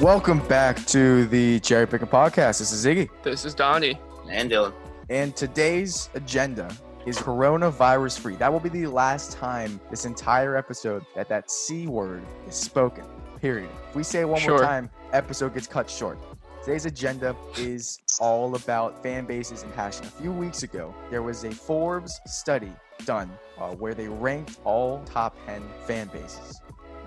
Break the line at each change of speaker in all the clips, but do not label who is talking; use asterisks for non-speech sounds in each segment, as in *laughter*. Welcome back to the Cherry Picking Podcast. This is Ziggy.
This is Donnie.
And Dylan.
And today's agenda is coronavirus free. That will be the last time this entire episode that that C word is spoken. Period. If we say it one
Sure.
more time, episode gets cut short. Today's agenda is all about fan bases and passion. A few weeks ago, there was a Forbes study done uh, where they ranked all top 10 fan bases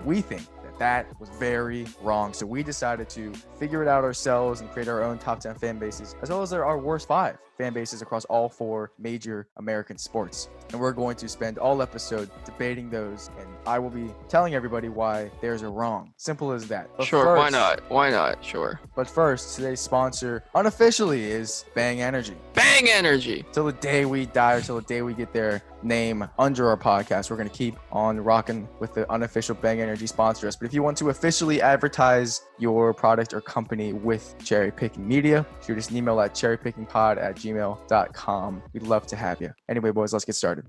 we think that that was very wrong. So we decided to figure it out ourselves and create our own top 10 fan bases, as well as there are worst five fan bases across all four major American sports. And we're going to spend all episode debating those, and I will be telling everybody why theirs are wrong. Simple as that. But
sure, why
first-
not? Why not? Sure.
But first, today's sponsor unofficially is Bang Energy.
Bang energy.
Till the day we die or till the day we get their name under our podcast, we're going to keep on rocking with the unofficial Bang Energy sponsor us. But if you want to officially advertise your product or company with Cherry Picking Media, shoot us an email at cherrypickingpod at gmail.com. We'd love to have you. Anyway, boys, let's get started.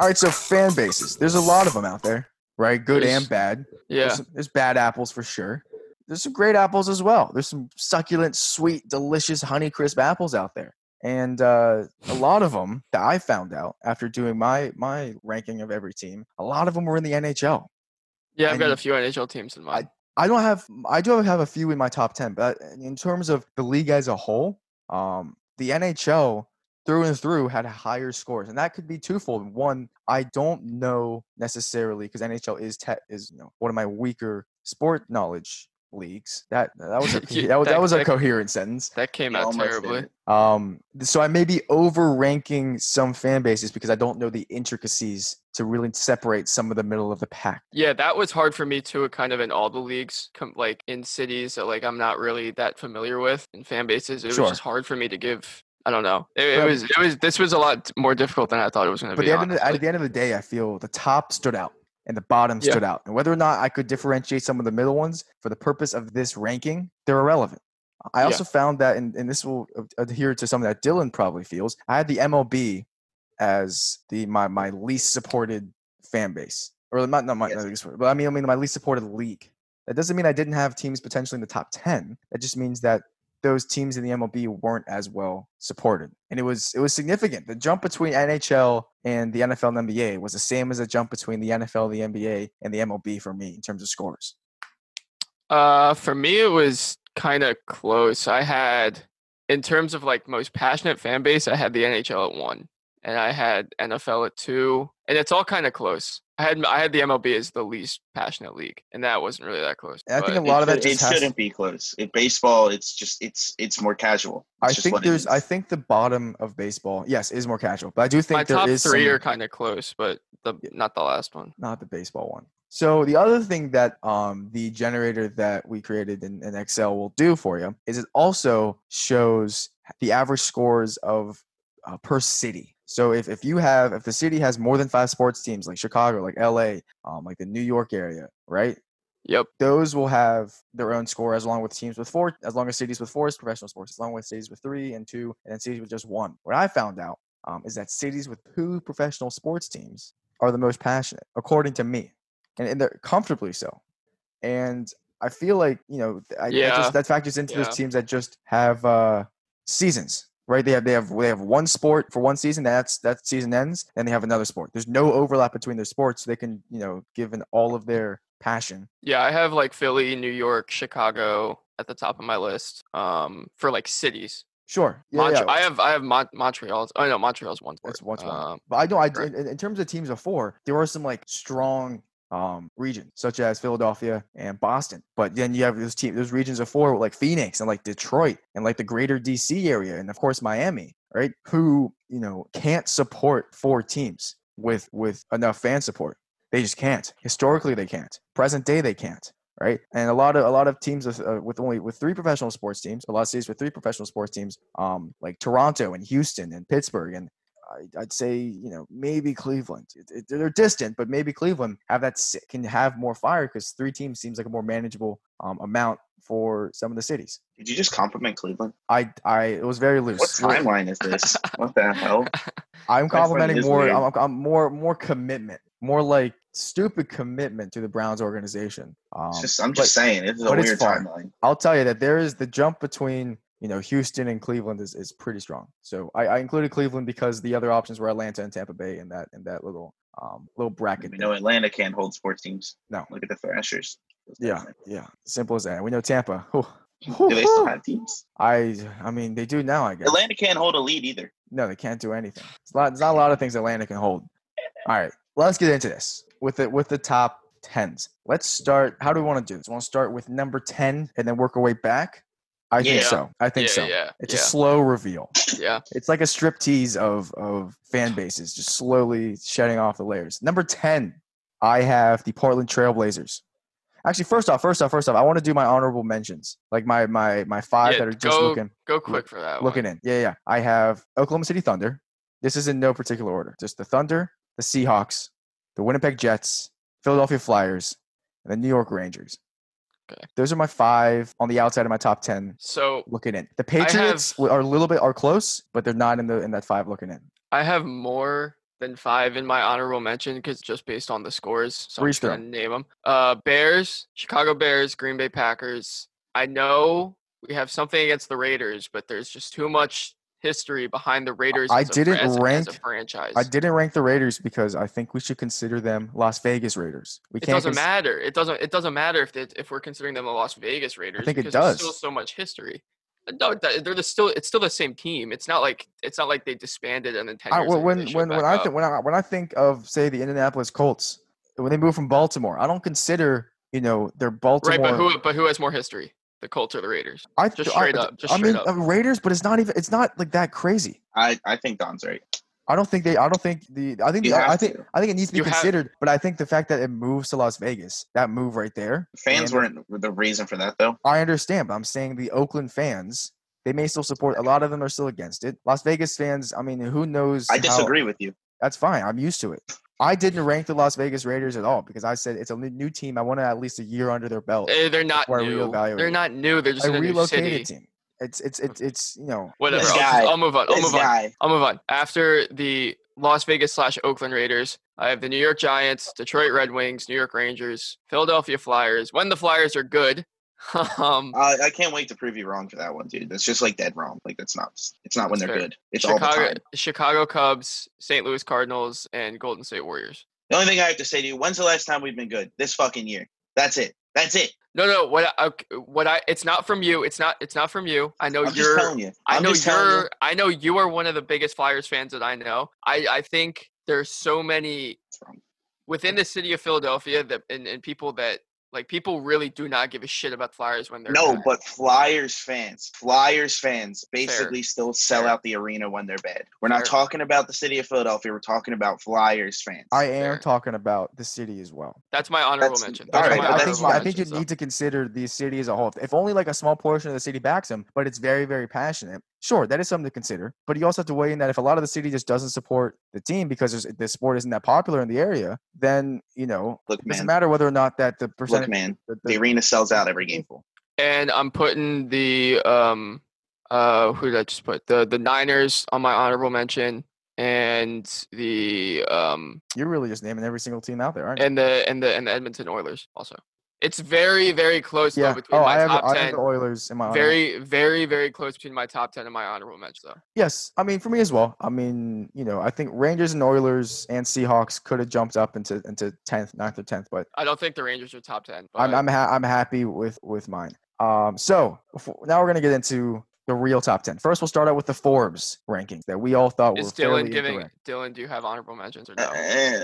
All right, so fan bases. There's a lot of them out there, right? Good
There's-
and bad.
Yeah.
There's, some- there's bad apples for sure. There's some great apples as well. There's some succulent, sweet, delicious honey crisp apples out there. And uh, a lot of them that I found out after doing my my ranking of every team, a lot of them were in the NHL.
Yeah, I've got
and-
a few NHL teams in mind.
I don't have I do have a few in my top 10, but in terms of the league as a whole, um, the NHL through and through had higher scores, and that could be twofold. One, I don't know necessarily because NHL is te- is you know one of my weaker sport knowledge leagues. That that was a,
You-
cohe- that, was- that
that-
was a
that-
coherent sentence.
that came out
Almost
terribly.
did.
Um, th- so I may be overranking some fan bases because I don't know the intricacies to really separate some of the middle of the pack.
Yeah, that was hard for me too, kind of in all the leagues, com- like in cities that like I'm not really that familiar with and fan bases. It
Sure.
was just hard for me to give. I don't know. It, it
But-
was. It was. This was a lot more difficult than I thought it was going to
But
be.
the end of the,
honestly.
at the end of the day, I feel the top stood out and the bottom
Yeah.
stood out. And whether or not I could differentiate some of the middle ones for the purpose of this ranking, they're irrelevant. I
Yeah.
also found that, and, and this will ad- adhere to something that Dylan probably feels. I had the MLB as the my my least supported fan base, or not not my
Yes.
not least, but I mean I mean my least supported league. That doesn't mean I didn't have teams potentially in the top ten. That just means that those teams in the MLB weren't as well supported. And it was it was significant. The jump between NHL and the NFL and NBA was the same as the jump between the NFL, the NBA, and the MLB for me in terms of scores.
Uh, for me, it was kind of close. I had, in terms of like most passionate fan base, I had the NHL at one, and I had NFL at two, and it's all kind of close. I had I had the MLB as the least passionate league, and that wasn't really that close.
And I think
but-
a lot
it,
of that
should-
just
it
has-
shouldn't be close. In baseball, it's just it's it's more casual. It's
I
just
think
what it
there's I
is.
think the bottom of baseball, yes, is more casual. But I do think
my
there
top
is
three
some-
are kind of close, but the not the last one.
not the baseball one. So the other thing that um, the generator that we created in, in Excel will do for you is it also shows the average scores of uh, per city. So if, if you have if the city has more than five sports teams like Chicago, like LA, um, like the New York area, right?
Yep.
those will have their own score as long with teams with four as long as cities with four is professional sports as long with cities with three and two and then cities with just one what i found out um, is that cities with two professional sports teams are the most passionate according to me and, and they're comfortably so and i feel like you know th- I, I
Yeah.
just, that factors into
Yeah.
those teams that just have uh, seasons right they have they have they have one sport for one season that's that season ends and they have another sport there's no overlap between their sports so they can you know give in all of their passion
Yeah, I have like Philly, New York, Chicago at the top of my list. Um, for like cities.
Sure. Yeah,
Mont-
yeah.
I have I have Mon- Montreal's. Oh no, Montreal's one.
That's
sport.
what's wrong.
Um,
but I know I
correct.
in, in terms of teams before, there were some like strong um regions such as Philadelphia and Boston. But then you have those team those regions of four like Phoenix and like Detroit and like the greater DC area and of course Miami, right? Who, you know, can't support four teams with with enough fan support. They just can't. Historically they can't. Present day they can't. Right, and a lot of a lot of teams with, uh, with only with three professional sports teams, a lot of cities with three professional sports teams, um, like Toronto and Houston and Pittsburgh and I, I'd say you know maybe Cleveland. It, it- they're distant, but maybe Cleveland have that si- can have more fire because three teams seems like a more manageable um, amount for some of the cities.
Did you just compliment Cleveland?
I I it was very loose.
What timeline is
*laughs*
this? What the hell?
*laughs*
I'm
My friend
complimenting
is
more.
weird.
I'm, I'm more more commitment, more like stupid commitment to the Browns organization. Um,
It's just, I'm just saying, this is a
but it's
weird
fine.
timeline.
I'll tell you that there is the jump between you know Houston and Cleveland is, is pretty strong. So I, I included Cleveland because the other options were Atlanta and Tampa Bay in that in that little um, little bracket.
We
there.
know Atlanta can't hold sports teams.
No.
Look at the Thrashers.
Yeah, yeah, simple as that. We know Tampa.
Do they still have teams?
I I mean they do now. I guess
Atlanta can't hold a lead either.
no, they can't do anything. It's not, there's not a lot of things Atlanta can hold. All right, let's get into this with the with the top tens. Let's start. How do we want to do this? Want to start with number ten and then work our way back? I think
Yeah.
so. I think
yeah,
so.
Yeah,
It's a slow reveal.
yeah, yeah.
It's like a striptease of of fan bases, just slowly shedding off the layers. Number ten, I have the Portland Trailblazers. Actually, first off, first off, first off, I want to do my honorable mentions, like my my my five
Yeah,
that are just
go-
looking
Go quick for that.
looking
one.
in. Yeah, yeah. I have Oklahoma City Thunder. This is in no particular order. Just the Thunder, the Seahawks, the Winnipeg Jets, Philadelphia Flyers, and the New York Rangers.
Okay.
Those are my five on the outside of my top ten
So
looking in. The Patriots w- are a little bit are close, but they're not in the in that five looking in.
I have more than five in my honorable mention because just based on the scores, so I'm
Breeze
just gonna name them. Uh, Bears, Chicago Bears, Green Bay Packers. I know we have something against the Raiders, but there's just too much history behind the Raiders.
I
as a
didn't
fran- as a- as
rank-
a franchise.
I didn't rank the Raiders because I think we should consider them Las Vegas Raiders. We
it doesn't
cons-
matter. It doesn't. It doesn't matter if they, if we're considering them the Las Vegas Raiders.
think it
because there's Still
does.
so much history. Uh, No, th- they're the still. It's still the same team. It's not like it's not like they disbanded and then ten
I,
years
when
later they
when
showed
when, when
back
I
up.
think when I when I think of say the Indianapolis Colts when they moved from Baltimore, I don't consider you know their Baltimore.
right, but who but who has more history? The Colts or the Raiders?
I
Just
I-
straight up. Just
I
straight
mean
up.
uh, Raiders, but it's not even it's not like that crazy.
I, I think Don's right.
I don't think they. I don't think the. I think
You
the, I
have
think
to.
I think it needs to be
You have-
considered. but I think the fact that it moves to Las Vegas, that move right there,
Fans
and-
weren't the reason for that though.
I understand, but I'm saying the Oakland fans, they may still support. A lot of them are still against it. Las Vegas fans, I mean, who knows?
I
how-
disagree with you.
that's fine. I'm used to it. I didn't rank the Las Vegas Raiders at all because I said it's a new- new team. I wanted at least a year under their belt.
Eh, They're not
before I
new. They're
reevaluate.
not new. They're just
a
in a new city.
relocated team. It's it's it's it's you know
Whatever.
This
I'll, just-
guy.
I'll move on. I'll
This
move on.
guy.
I'll move on. After the Las Vegas slash Oakland Raiders, I have the New York Giants, Detroit Red Wings, New York Rangers, Philadelphia Flyers. When the Flyers are good, *laughs* um,
I, I can't wait to prove you wrong for that one, dude. That's just like dead wrong. Like that's not. It's not when
That's
they're
fair.
good. It's all the
Chicago
time.
Chicago Cubs, St. Louis Cardinals, and Golden State Warriors.
The only thing I have to say to you: When's the last time we've been good? This fucking year. That's it. That's it.
No, no. What I, ok- what I? It's not from you. It's not. It's not from you. I know
I'm just
you're.
telling you.
I
I'm
know
just telling
you're. I know you are one of the biggest Flyers fans that I know. I I think there's so many
It's wrong.
within the city of Philadelphia that and, and people that like people really do not give a shit about Flyers when they're
No,
bad.
but Flyers fans, Flyers fans basically still sell
Fair.
out the arena when they're bad. We're not
Fair.
talking about the city of Philadelphia. We're talking about Flyers fans.
I am
Fair.
talking about the city as well.
that's my honorable
That's-
mention.
all
Those are
I,
right,
my
I
but
think,
that's
honorable
I
fine.
think you
mentions, though.
need to consider the city as a whole. If only like a small portion of the city backs him, but it's very, very passionate. Sure, that is something to consider. But you also have to weigh in that if a lot of the city just doesn't support the team because there's, the sport isn't that popular in the area, then you know
Look,
it doesn't
man.
matter whether or not that the percentage.
Look, man.
the-
The
the-
arena sells out every game.
and I'm putting the um uh who did I just put the the Niners on my honorable mention and the um
You're really just naming every single team out there, aren't you?
and the and the and the Edmonton Oilers also. It's very very close though
yeah.
between
Oh,
my
I have,
top
I have
ten.
the Oilers in my honor.
Very very very close between my top ten and my honorable mention though.
Yes, I mean for me as well. I mean, you know, I think Rangers and Oilers and Seahawks could have jumped up into into tenth, 9th or tenth, but
I don't think the Rangers are top ten. But
I'm I'm, ha- I'm happy with with mine. Um, so befo- now we're gonna get into the real top ten. First, we'll start out with the Forbes rankings that we all thought
is
were fairly
Dylan giving
incorrect.
Dylan? Do you have honorable mentions or
Uh,
no?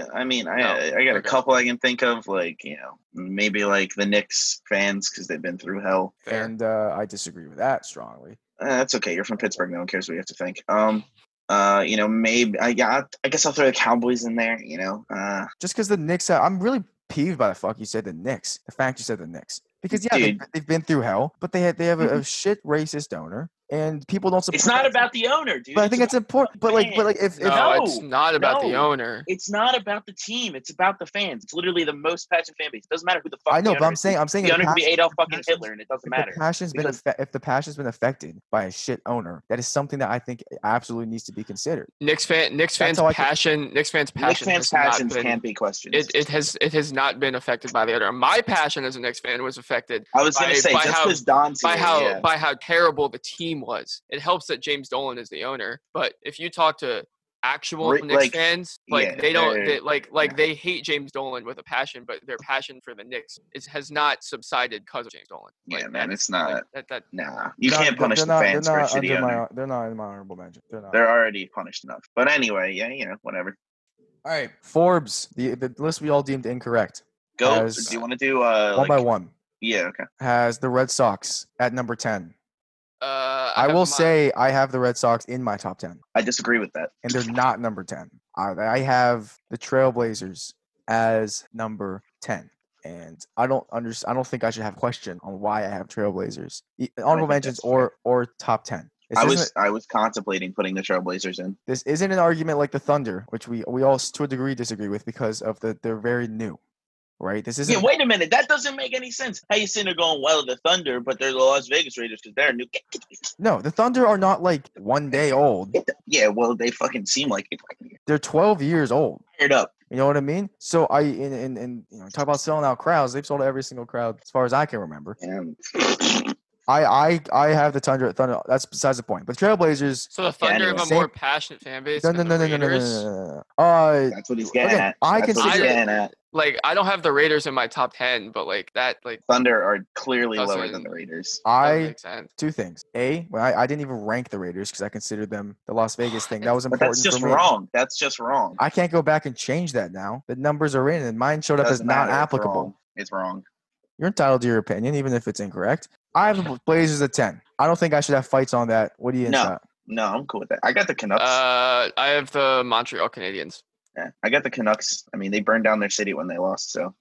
uh, I mean, I,
No.
I I got a
Okay.
couple I can think of, like you know, maybe like the Knicks fans because they've been through hell.
Fair.
and uh, I disagree with that strongly.
Uh, that's okay. You're from Pittsburgh. No one cares what you have to think. Um, uh, you know, maybe I yeah, I guess I'll throw the Cowboys in there. You know, uh,
Just because the Knicks, have, I'm really peeved by the fuck you said the Knicks. The fact you said the Knicks because yeah, they've,
Dude.
Mm-hmm.
they've been through hell, but they had they have a, a shit racist owner. and people don't support.
It's not
that.
about the owner, dude.
But I think
it's
that's important. But like, but like, if, if
No, it's
No,
not about the
no.
owner.
It's not about the team. It's about the fans. It's literally the most passionate fan base. It doesn't matter who the fuck.
I know,
the
but
owner
I'm
is.
saying, I'm saying,
the
if
owner could be
passion-
Adolf fucking
passion's-
Hitler, and it doesn't
if the
matter.
passion's been
because-
affe- if the passion's been affected by a shit owner, that is something that I think absolutely needs to be considered.
Knicks fan, Knicks
That's
fans
how I can-
passion, Knicks fans
Knicks
passion.
fans'
has not
passions
been-
can't be questioned.
It, it has it has not been affected by the owner. My passion as a Knicks fan was affected
I was
by-
gonna say
by
just
how-
because Don's
by
here,
how
yeah.
by how terrible the team was. It helps that James Dolan is the owner, but if you talk to actual
Re-
Knicks
like,
fans, like
yeah,
they don't
they're-
they, like like
yeah.
they hate James Dolan with a passion, but their passion for the Knicks is has not subsided because of James Dolan.
Yeah,
Like,
man,
that-
it's
like,
not.
that, that
Nah, you
They're
can't
not-
punish
they're
the
not-
fans for
they're
a
not
shitty
under my-
owner.
they're not in my honorable mention. They're not.
They're already punished enough. But anyway, yeah, you know, whatever.
All right, Forbes, the, the list we all deemed incorrect,
Go.
As-
do you want to do uh?
one
Like,
by one,
Yeah. Okay.
has the Red Sox at number ten.
uh,
I,
have
will
my-
say I have the Red Sox in my top ten,
I disagree with that.
and they're not number ten. I, I have the Trailblazers as number ten, and I don't under, I don't think I should have question on why I have Trailblazers E-
think
honorable mentions
that's
or or top ten. This
I
isn't,
was I was contemplating putting the Trailblazers in.
this isn't an argument like the Thunder, which we we all s- to a degree disagree with because of the they're very new, right? This isn't
Yeah, wait a minute. That doesn't make any sense. How you sitting there going, well, the Thunder, but they're the Las Vegas Raiders because they're new. Get- get- get-
No, the Thunder are not like one day old.
get the- Yeah, well, they fucking seem like it.
They're 12 years old.
Fired up.
You know what I mean? So I and, and, and you know talk about selling out crowds. They've sold out every single crowd as far as I can remember. *laughs*
And
I I I have the Thunder Thunder. That's besides the point. But Trailblazers.
so the Thunder have
anyway.
a more passionate fan base.
No
than
no
the
no no no no no.
Raiders.
no, no, no. Uh,
that's what he's getting
Okay,
at.
I
That's
can
what he's
see that.
getting at.
Like I don't have the Raiders in my top ten, but like that like
Thunder are clearly
Doesn't-
lower than the Raiders.
doesn't
I
make sense.
two things. A well, I, I didn't even rank the Raiders because I considered them the Las Vegas thing. That was
But
important.
that's just
for me.
wrong. That's just wrong.
I can't go back and change that now. The numbers are in, and mine showed up as
Doesn't
not
matter. It's
applicable.
wrong. It's wrong.
You're entitled to your opinion, even if it's incorrect. I have the Blazers at ten. I don't think I should have fights on that. What do you?
No.
inside?
No, I'm cool with that. I got the Canucks.
Uh, I have the Montreal Canadiens.
Yeah, I got the Canucks. I mean, they burned down their city when they lost. So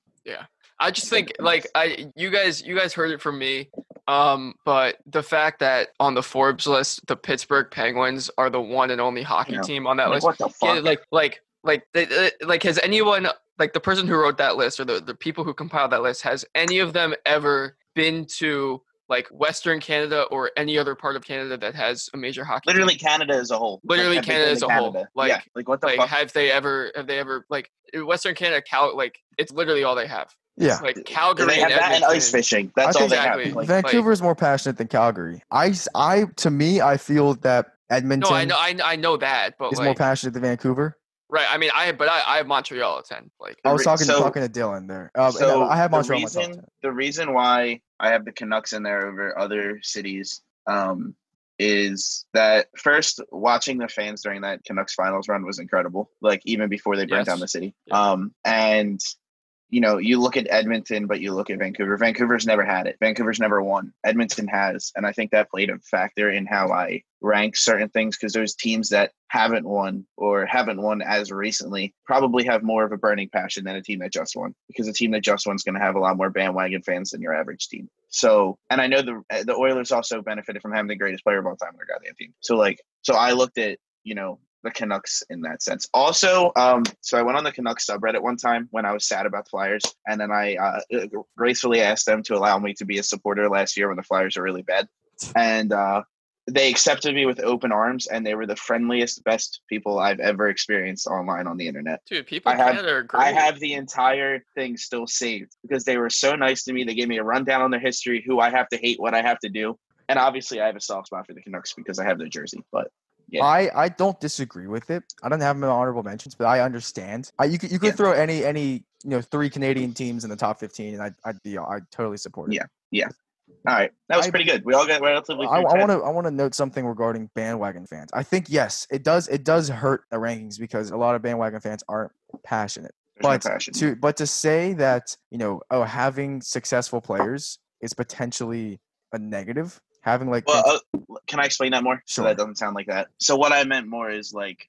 I just
I think
think
that's-
like I you guys you guys heard it from me. Um, but the fact that on the Forbes list the Pittsburgh Penguins are the one and only hockey
Yeah.
team on that
like,
list.
what the
Yeah,
fuck?
like like like they, they- like has anyone like the person who wrote that list or the, the people who compiled that list has any of them ever been to like Western Canada or any other part of Canada that has a major hockey team?
Literally Canada as a whole.
Literally
everything
Canada
in
as a whole. Like-
yeah. like what the
like
fuck?
have they ever have they ever like Western Canada Cal like it's literally all they have.
Yeah.
Like
Do
Calgary
they have
and
that and ice
Edmonton.
fishing. That's
I
all
think-
they have.
Exactly.
Like,
like-
Vancouver's more passionate than Calgary. I, s- I- to me, I feel that Edmonton
No, I know, I, I know that, but
is
like,
more passionate than Vancouver.
right? I mean, I but I, I have Montreal at ten. Like,
I was
re-
talking
so-
talking to Dylan there. Uh, and
so
I have Montreal.
the
in my top
reason,
10.
the reason why I have the Canucks in there over other cities um, is that first watching the fans during that Canucks finals run was incredible. Like even before they burnt
Yes.
down the city.
Yeah.
Um, and you know, you look at Edmonton, but you look at Vancouver. Vancouver's never had it. Vancouver's never won. Edmonton has, and I think that played a factor in how I rank certain things because those teams that haven't won or haven't won as recently probably have more of a burning passion than a team that just won because a team that just won's going to have a lot more bandwagon fans than your average team. So, and I know the uh, the Oilers also benefited from having the greatest player of all time on their goddamn team. So, like, so I looked at you know the Canucks in that sense. Also, um, so I went on the Canucks subreddit one time when I was sad about the Flyers, and then I uh, gracefully asked them to allow me to be a supporter last year when the Flyers were really bad, and uh, they accepted me with open arms, and they were the friendliest, best people I've ever experienced online on the internet.
dude, people
I
in
have-
Canada are great.
I have the entire thing still saved because they were so nice to me. They gave me a rundown on their history, who I have to hate, what I have to do. And obviously, I have a soft spot for the Canucks because I have their jersey. But yeah.
I, I don't disagree with it. I don't have them in honorable mentions, but I understand. I, you could you could
Yeah.
throw any any you know three Canadian teams in the top fifteen, and I I'd be I totally support it.
all right, that was
I-
pretty good. We all got relatively.
I,
fair
I
trade.
want to I want to note something regarding bandwagon fans. I think yes, it does it does hurt the rankings because a lot of bandwagon fans aren't passionate.
There's no
But
passion.
to but to say that you know oh having successful players is potentially a negative having like
Well,
fans-
uh, can I explain that more? So
Sure.
that doesn't sound like that. So what I meant more is like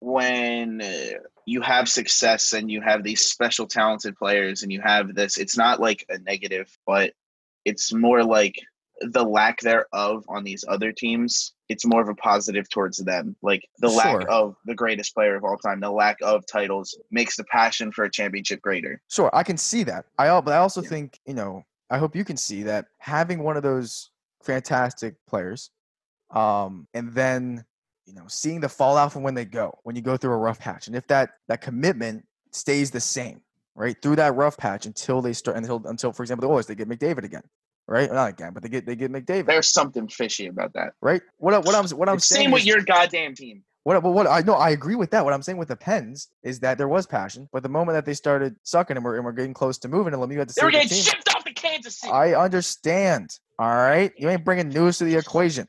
when uh, you have success and you have these special talented players and you have this, it's not like a negative, but it's more like the lack thereof on these other teams, it's more of a positive towards them. Like the lack
Sure.
of the greatest player of all time, the lack of titles makes the passion for a championship greater.
Sure, I can see that. I al- but I also
Yeah.
think you know I hope you can see that having one of those fantastic players, um, and then you know seeing the fallout from when they go when you go through a rough patch, and if that that commitment stays the same right through that rough patch until they start until until for example the Oilers they get McDavid again, right? Not again, but they get they get McDavid,
There's something fishy about that.
right? What I- what I'm what I'm
It's
saying
same with
is-
your goddamn team.
what, what, what I know, I agree with that. What I'm saying with the Pens is that there was passion, but the moment that they started sucking and we're, and we're getting close to moving, and Lemieux had to
They were
save
getting
the team.
shipped off to Kansas City.
I understand. All right, you ain't bringing news to the equation.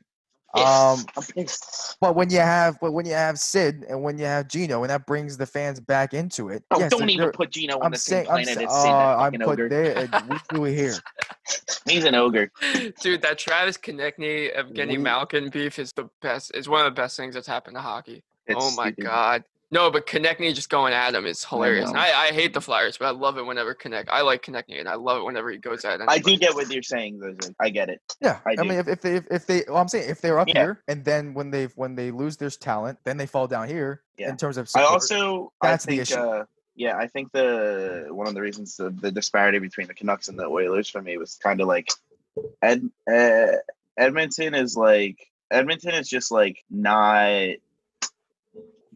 Pissed.
Um,
I'm pissed.
but when you have, but when you have Sid and when you have Gino, and that brings the fans back into it.
Oh,
yes,
don't
they're-
even
they're-
put Gino on
I'm
the same
saying, I'm,
planet
sa-
as Sid, that
uh, I'm
fucking
put
ogre.
there. and We do
*laughs*
it here.
He's an ogre.
*laughs* Oh Dude, that Travis Konechny, Evgeny
We-
Malkin beef is the best. It's one of the best things that's happened to hockey.
It's
oh my
stupid.
god. No, but Konechny just going at him is hilarious. And
know.
I, I hate the Flyers, but I love it whenever Connect. I like Konechny, and I love it whenever he goes at.
I
anybody.
do get what you're saying, though. Zane. I get it.
Yeah, I,
I do.
mean, if, if they if, if they, well, I'm saying if they're up
Yeah.
here, and then when they when they lose their talent, then they fall down here
Yeah.
in terms of.
I
support.
also
That's
I
the
think,
issue.
Uh, yeah, I think the one of the reasons the, the disparity between the Canucks and the Oilers for me was kind of like Ed, uh, Edmonton is like Edmonton is just like not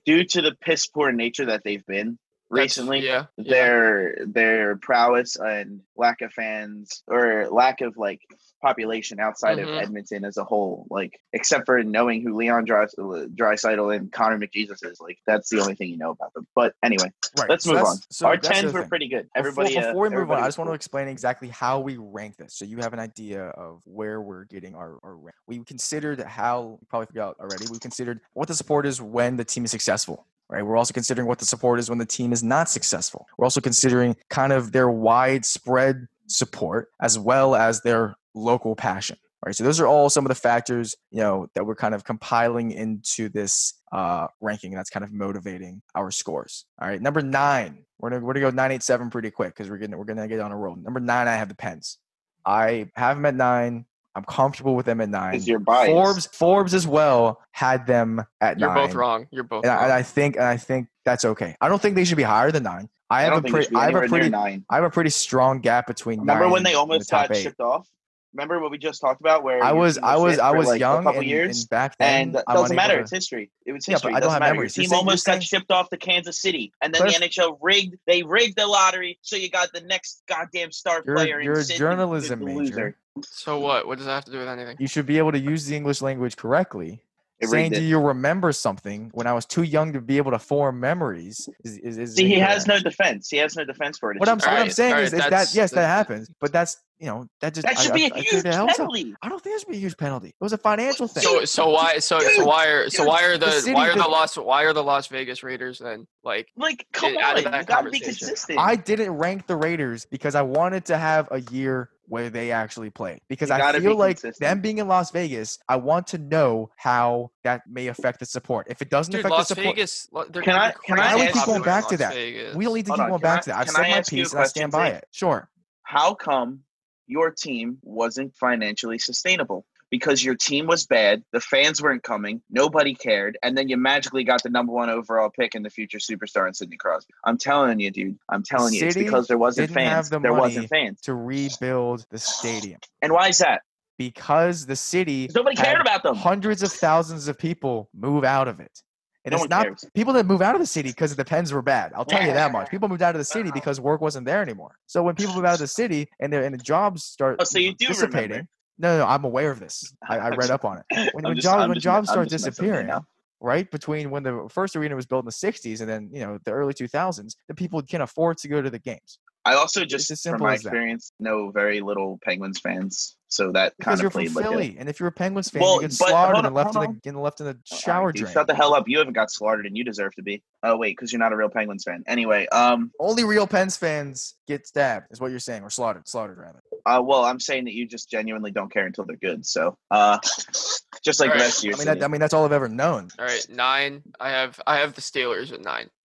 due to the piss poor nature that they've been
That's-
recently.
yeah, yeah.
their their prowess and lack of fans or lack of like population outside
Mhm.
Mm-hmm.
of Edmonton as a whole, like except for knowing who Leon Drys- Draisaitl and Connor McJesus is, like that's the only thing you know about them. But anyway,
Right,
let's
so
move
that's-
on.
so
Our
that's the
tens were
thing.
pretty good.
Before-
Everybody.
Before,
uh,
we move on,
everybody
I
was
just want to
cool.
explain exactly how we rank this, so you have an idea of where we're getting our, our rank. We considered how you probably forgot already. We considered what the support is when the team is successful. Right. We're also considering what the support is when the team is not successful. We're also considering kind of their widespread support as well as their local passion. Right. So those are all some of the factors, you know, that we're kind of compiling into this uh, ranking, and that's kind of motivating our scores. All right. Number nine, we're gonna we're gonna go nine eight seven pretty quick because we're gonna we're gonna get on a roll. Number nine, I have the Pens. I have them at nine. I'm comfortable with them at nine.
you're biased.
Forbes Forbes as well had them at
You're
nine.
both wrong. You're both.
And I, and
wrong.
I think and I think that's okay. I don't think they should be higher than nine. I
I
have
don't
a
think pretty,
pretty I have a pretty
nine.
I have a pretty strong gap between
Remember
nine
when they
and- and the
almost
top
got
eight.
shipped off? Remember what we just talked about? Where
I
your
was
team
I was
shit
I
for,
was
like, a
young
couple
and,
years.
and back then
And
I'm
it doesn't
unable
matter.
to-
It's history. It was
Yeah, but
history.
I
it
don't
doesn't
have
matter.
memories. You're
Your team
saying-
almost
you're
got
saying-
shipped off to Kansas City, and then
Cliff-
the NHL rigged. They rigged the lottery, so you got the next goddamn star player.
you're,
in
you're a
Sid, the-
journalism
the
major.
loser.
so what? What does that have to do with anything?
You should be able to use the English language correctly.
It
Saying,
rigged
do
it.
you remember something when I was too young to be able to form memories? Is, is, is
See, he has
incorrect.
no defense. He has no defense for it. It's
What I'm,
just
what I'm
Alright,
biased.
saying
alright,
is, is that
that's-
yes, that
that's-
happens, but that's you know that just
that
I-
should
I-
be
I
a
think
huge
that helps out.
penalty.
I don't think there should be a huge penalty. It was a financial thing.
So so why so so
Dude,
why are so
dude,
why are
the
the,
city
why are the
did-
Las why are the Las Vegas Raiders then like
Like, come
out
on,
of
you
that
gotta be
conversation.
consistent.
I didn't rank the Raiders because I wanted to have a year where they actually played. Because
You
I
gotta
feel
be
like
consistent.
them being in Las Vegas, I want to know how that may affect the support. If it doesn't
dude
affect
Las
the support,
Vegas? lo- they're
Can
gonna
I-
be
can I
crazy
ask you-
popular in
Back to
Las
that.
Vegas.
we don't need to
Hold
keep
on,
going
can
back
I-
to that. I've
can
said
I
my
ask you a
piece and I
question,
stand by
Zane?
it. Sure.
How come your team wasn't financially sustainable? Because your team was bad, the fans weren't coming, nobody cared, and then you magically got the number one overall pick and the future superstar in Sidney Crosby. I'm telling you, dude. I'm telling you, it's
City
because there wasn't
didn't have
fans.
the
there
money.
wasn't fans.
To rebuild the stadium
And why is that?
because the city
'Cause nobody
had
cared about them.
hundreds of thousands of people move out of it. And
No
it's
one
not
cares.
people that move out of the city because the pens were bad. I'll tell you
*laughs*
that much. People moved out of the city
Wow.
because work wasn't there anymore. So when people move out of the city and their and the jobs start
Oh, so you do remember.
dissipating. No, no, no, I'm aware of this. I,
*laughs*
I
I'm
read
just-
up on it. *laughs* When,
I'm
when,
just-
job,
I'm
when
just-
jobs
I'm
start
just messing with you
disappearing,
now.
right between when the first arena was built in the 60s and then you know the early 2000s, the people can't afford to go to the games
I also just,
as
from
simple
my
as that.
experience, know very little Penguins fans, so that
because
kind
you're
of
from
played like a-
Philly, and if you're a Penguins fan,
Well,
you get
but
slaughtered
hold
and
on,
left in
hold
the and left in the
All right,
shower
dude,
drain.
Shut the hell up. You haven't got slaughtered and you deserve to be. Oh wait, because you're not a real Penguins fan. Anyway, um
Only real Pens fans get stabbed, is what you're saying, or slaughtered, slaughtered rather.
uh well I'm saying that you just genuinely don't care until they're good. So uh *laughs* just like
All
the
right.
rest of your
I mean, that, I mean, that's all I've ever known.
All right, nine. I have I have the Steelers at nine.
*sighs*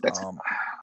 that's
Um,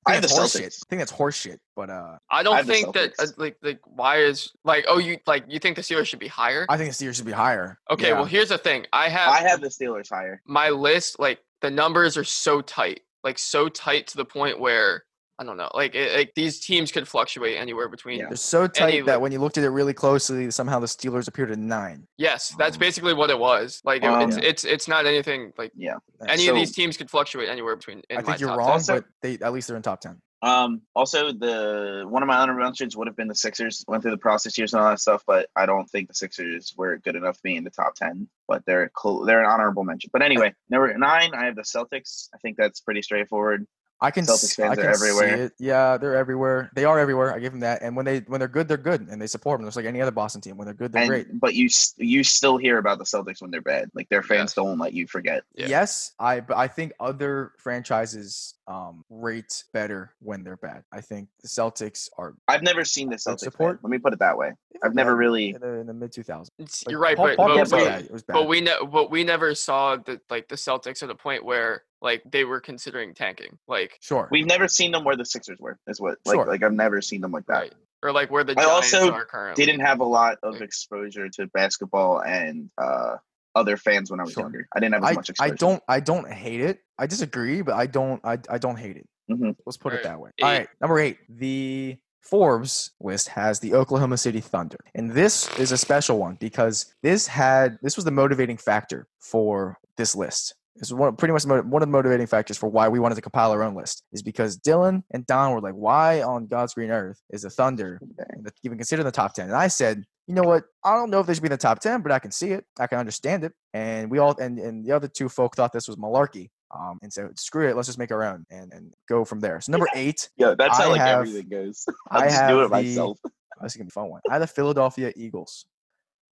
I
I
have
think
the
that's horseshit.
Celtics.
I think that's horseshit. But uh,
I
I
don't
have the
think that uh,
Celtics.
like like why is like oh you like you think the Steelers should be higher?
I think the Steelers should be higher.
okay,
Yeah.
well here's the thing. I have,
I have the Steelers higher.
my list like the numbers are so tight, like so tight to the point where I don't know, like it, like these teams could fluctuate anywhere between.
Yeah.
they're so tight
Any-
that when you looked at it really closely, somehow the Steelers appeared at nine.
Yes, that's
Um,
basically what it was. Like it-
um,
it's it's it's not anything like
Yeah.
Yeah,
any
so-
of these teams could fluctuate anywhere between. In
I
my
think you're
top
wrong,
Also-
but they at least they're in top ten.
Um, also, the one of my honorable mentions would have been the Sixers. Went through the process years and all that stuff, but I don't think the Sixers were good enough to be in the top ten. But they're cl- they're an honorable mention. But anyway, number nine, I have the Celtics. I think that's pretty straightforward.
I can,
Celtics
s-
fans
I
are
can
everywhere.
see it. Yeah, they're everywhere. They are everywhere. I give them that. And when they when they're good, they're good, and they support them. It's like any other Boston team. When they're good, they're
and
great.
but you s- you still hear about the Celtics when they're bad. Like their fans
Yes.
don't let you forget.
Yeah.
Yes, I but I think other franchises um rate better when they're bad. I think the Celtics are
I've never seen the
Some
Celtics.
support?
Support. Let me put it that way. I've never really.
in the, in the mid 2000s.
It's,
Like,
you're right,
Paul
but,
Paul
but,
was
Pierce
but,
was
bad. It was bad.
but we ne- but we never saw the like the Celtics at a point where like they were considering tanking, like
sure.
We've never seen them where the Sixers were. Is what like
Sure.
like I've never seen them like that.
right or like where the
I
Giants
also
are currently.
didn't have a lot of
Like-
exposure to basketball and uh, other fans when I was
Sure.
younger. I didn't have as
I,
much
I
exposure.
don't I don't hate it. I disagree, but I don't I, I don't hate it.
Mhm.
Let's put it
Alright,
that way. All
eight.
right, number eight. The Forbes list has the Oklahoma City Thunder, and this is a special one because this had this was the motivating factor for this list. It's one pretty much mo- one of the motivating factors for why we wanted to compile our own list is because Dylan and Don were like, "Why on God's green earth is the Thunder that even considered in the top 10. And I said, you know what? I don't know if they should be in the top 10, but I can see it. I can understand it. And we all, and, and the other two folk thought this was malarkey. Um, and so screw it. Let's just make our own and, and go from there. So number eight,
Yeah, that's
I
how like
have-
everything goes. *laughs* I'll
I
just
have
do it
the-
myself.
*laughs* oh, this is gonna be a fun one. I had the Philadelphia Eagles.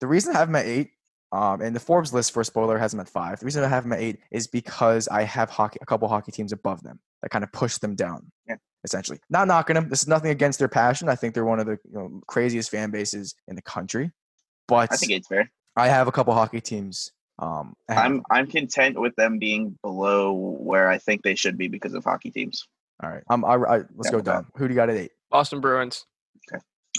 The reason I have them at eight, um, and the Forbes list for a spoiler has them at five. The reason I have them at eight is because I have hockey, a couple hockey teams above them that kind of push them down.
Yeah.
Essentially, not knocking them. This is nothing against their passion. I think they're one of the you know, craziest fan bases in the country. But
I think it's fair.
I have a couple hockey teams. Um, I have-
I'm I'm content with them being below where I think they should be because of hockey teams.
all right. I'm, I, I, let's
Yeah,
go
okay.
down. Who do you got at eight?
Boston Bruins.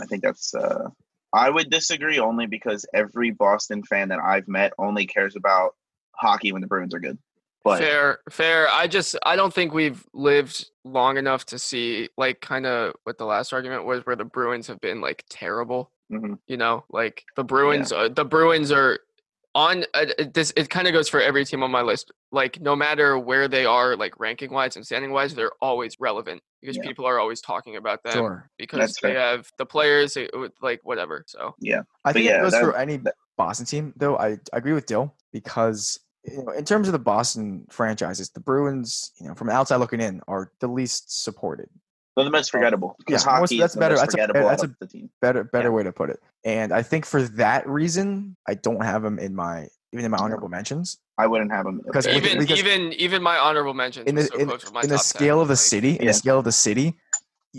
I think that's. Uh, I would disagree only because every Boston fan that I've met only cares about hockey when the Bruins are good. But
fair, fair. I just I don't think we've lived long enough to see like kind of what the last argument was, where the Bruins have been like terrible.
Mhm.
You know, like the Bruins. Are, the Bruins are on uh, uh, this. It kind of goes for every team on my list. Like no matter where they are, like ranking wise and standing wise, they're always relevant because
Yeah.
people are always talking about them
Sure.
because
That's
they
fair.
have the players, they, with, like whatever. So
I
But
think it
yeah,
goes
that-
for any
that-
Boston team, though. I, I agree with Dill because you know, in terms of the Boston franchises, the Bruins, you know, from the outside looking in, are the least supported.
they're the most forgettable. Because
yeah, almost-
hockey
that's
is the
better.
most
That's a-
forgettable
that's
out
a-
of the team.
Better better
Yeah.
way to put it. And I think for that reason, I don't have them in my even in my
Yeah.
honorable mentions.
I wouldn't have them.
Because with-
even
because-
even even my honorable mentions
in
were
the
so
in,
close with my
in the
top 10,
scale of the
like-
city, in
Yeah.
the scale of the city,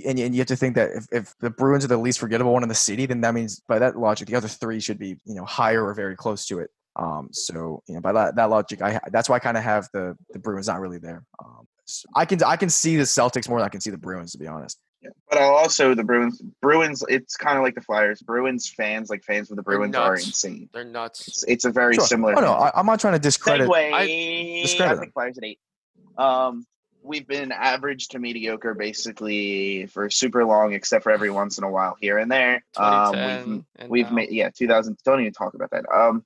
and, and you have to think that if, if the Bruins are the least forgettable one in the city, then that means by that logic, the other three should be you know higher or very close to it. Um, so you know by that, that logic, I ha- that's why I kind of have the the Bruins not really there. Um, so I can I can see the Celtics more than I can see the Bruins to be honest.
Yeah. But I'll also the Bruins. Bruins. It's kind of like the Flyers. Bruins fans, like fans of the
They're
Bruins, are
nuts.
insane.
They're nuts.
It's, it's a very
Sure.
similar.
Oh no,
thing.
I, I'm not trying to discredit.
Segue.
I-
discredit
I
them.
think Flyers at eight. Um, we've been average to mediocre basically for super long, except for every once in a while here and there. Um,
uh,
2010
we've
and uh,
we've
now.
made yeah 2000. Don't even talk about that. Um,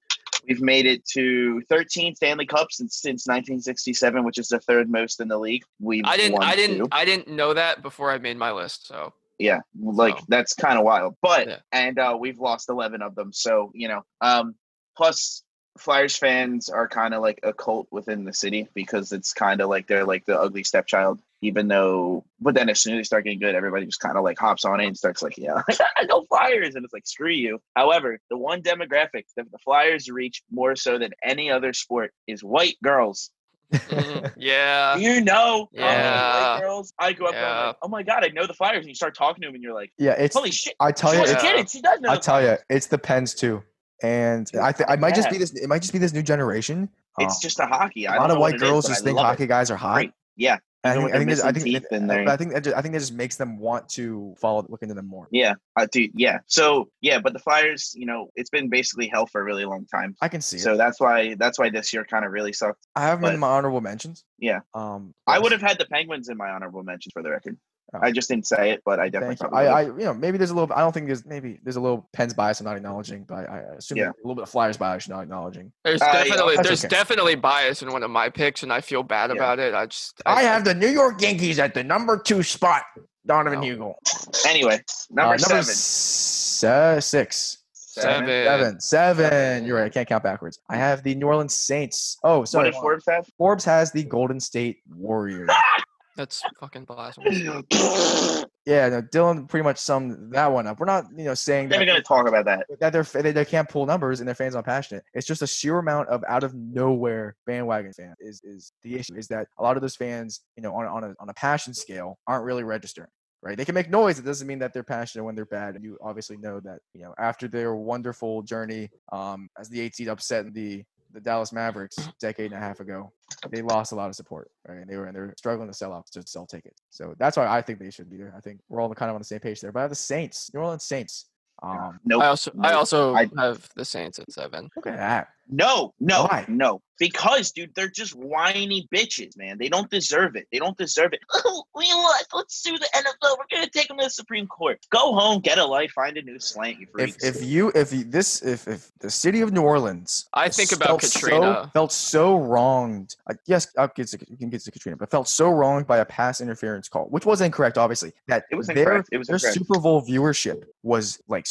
we've made it to 13 Stanley Cups since, since 1967, which is the third most in the league. We've
I didn't.
won
I didn't.
two.
I didn't know that before I made my list.
*laughs*
So *laughs*
yeah like
So-
that's kind of wild but
Yeah.
and uh we've lost 11 of them so you know um plus flyers fans are kind of like a cult within the city because it's kind of like they're like the ugly stepchild even though but then as soon as they start getting good everybody just kind of like hops on it and starts like yeah *laughs* i know flyers and it's like screw you however the one demographic that the flyers reach more so than any other sport is white girls
mm, yeah,
you know how many white
Yeah.
girls i grew up going
Yeah.
like, oh my god i know the flyers and you start talking to them and you're like
Yeah, it's
holy shit
I tell you,
she
it's,
was
Yeah.
kidding. She does know.
I tell you, it's the Pens too. And I think I might just be
Yeah.
this. It might just be this new generation.
it's
Um,
just a hockey. I
a lot
don't
of
know what
white
it is,
girls
but
just
I
think
love it.
hockey guys are hot.
Great. Yeah,
I
Even
think,
with the
I think, there's- I
missing
think,
teeth in there.
but I think that ju- I think that just makes them want to follow, look into them more.
Yeah, uh, dude. Yeah. So yeah, but the Flyers, you know, it's been basically hell for a really long time.
I can see it.
So that's why that's why this year kind of really sucked.
I have them in
but-
my honorable mentions.
Yeah.
Um,
I
but-
would have had the Penguins in my honorable mentions for the record.
Oh.
I just didn't say it, but I definitely.
Thank you. I,
probably
I,
would've.
you know, maybe there's a little. I don't think there's maybe there's a little Pens bias. I'm not acknowledging, but I, I assume
Yeah.
there's a little bit of Flyers bias. You're not acknowledging.
There's
Uh, yeah,
definitely
that's
there's
okay.
definitely bias in one of my picks, and I feel bad
Yeah.
about it. I just
I have the New York Yankees at the number two spot. Donovan
No.
Hugel.
anyway, number,
Uh,
seven.
se- six.
seven.
Seven. Seven. You're right. I can't count backwards. I have the New Orleans Saints. Oh,
What
sorry.
did Forbes have?
*laughs* Forbes has the Golden State Warriors.
That's fucking
*laughs*
blasphemous.
Never
yeah, no, Dylan pretty much summed that one up. We're not, you know, saying that,
gonna talk about that.
that they're, they, they can't pull numbers and their fans aren't passionate. It's just a sheer amount of out of nowhere bandwagon fan is is the issue. Is that a lot of those fans, you know, on on a on a passion scale, aren't really registering. Right? They can make noise. It doesn't mean that they're passionate when they're bad. And you obviously know that, you know, after their wonderful journey um, as the eight seed upset in the the Dallas Mavericks a decade and a half ago, they lost a lot of support, right? And they were and they were struggling to sell out to sell tickets. So that's why I think they should be there. I think we're all kind of on the same page there. But I have the Saints, New Orleans Saints. Um,
Nope.
I also I also
I-
have the Saints at seven.
look at that.
No, no,
Why?
no. Because, dude, they're just whiny bitches, man. They don't deserve it. They don't deserve it. *laughs* we lost. Let's sue the NFL. We're gonna take them to the Supreme Court. Go home, get a life, find a new slant. You
If
freaks.
if you if you, this if if the city of New Orleans,
I
is-
think about
so-
Katrina.
felt so wronged. Like, yes, I'll get to, you can get to Katrina, but felt so wronged by a pass interference call, which was incorrect, obviously. That
It was
their,
incorrect. It was
their
incorrect.
Super Bowl viewership was like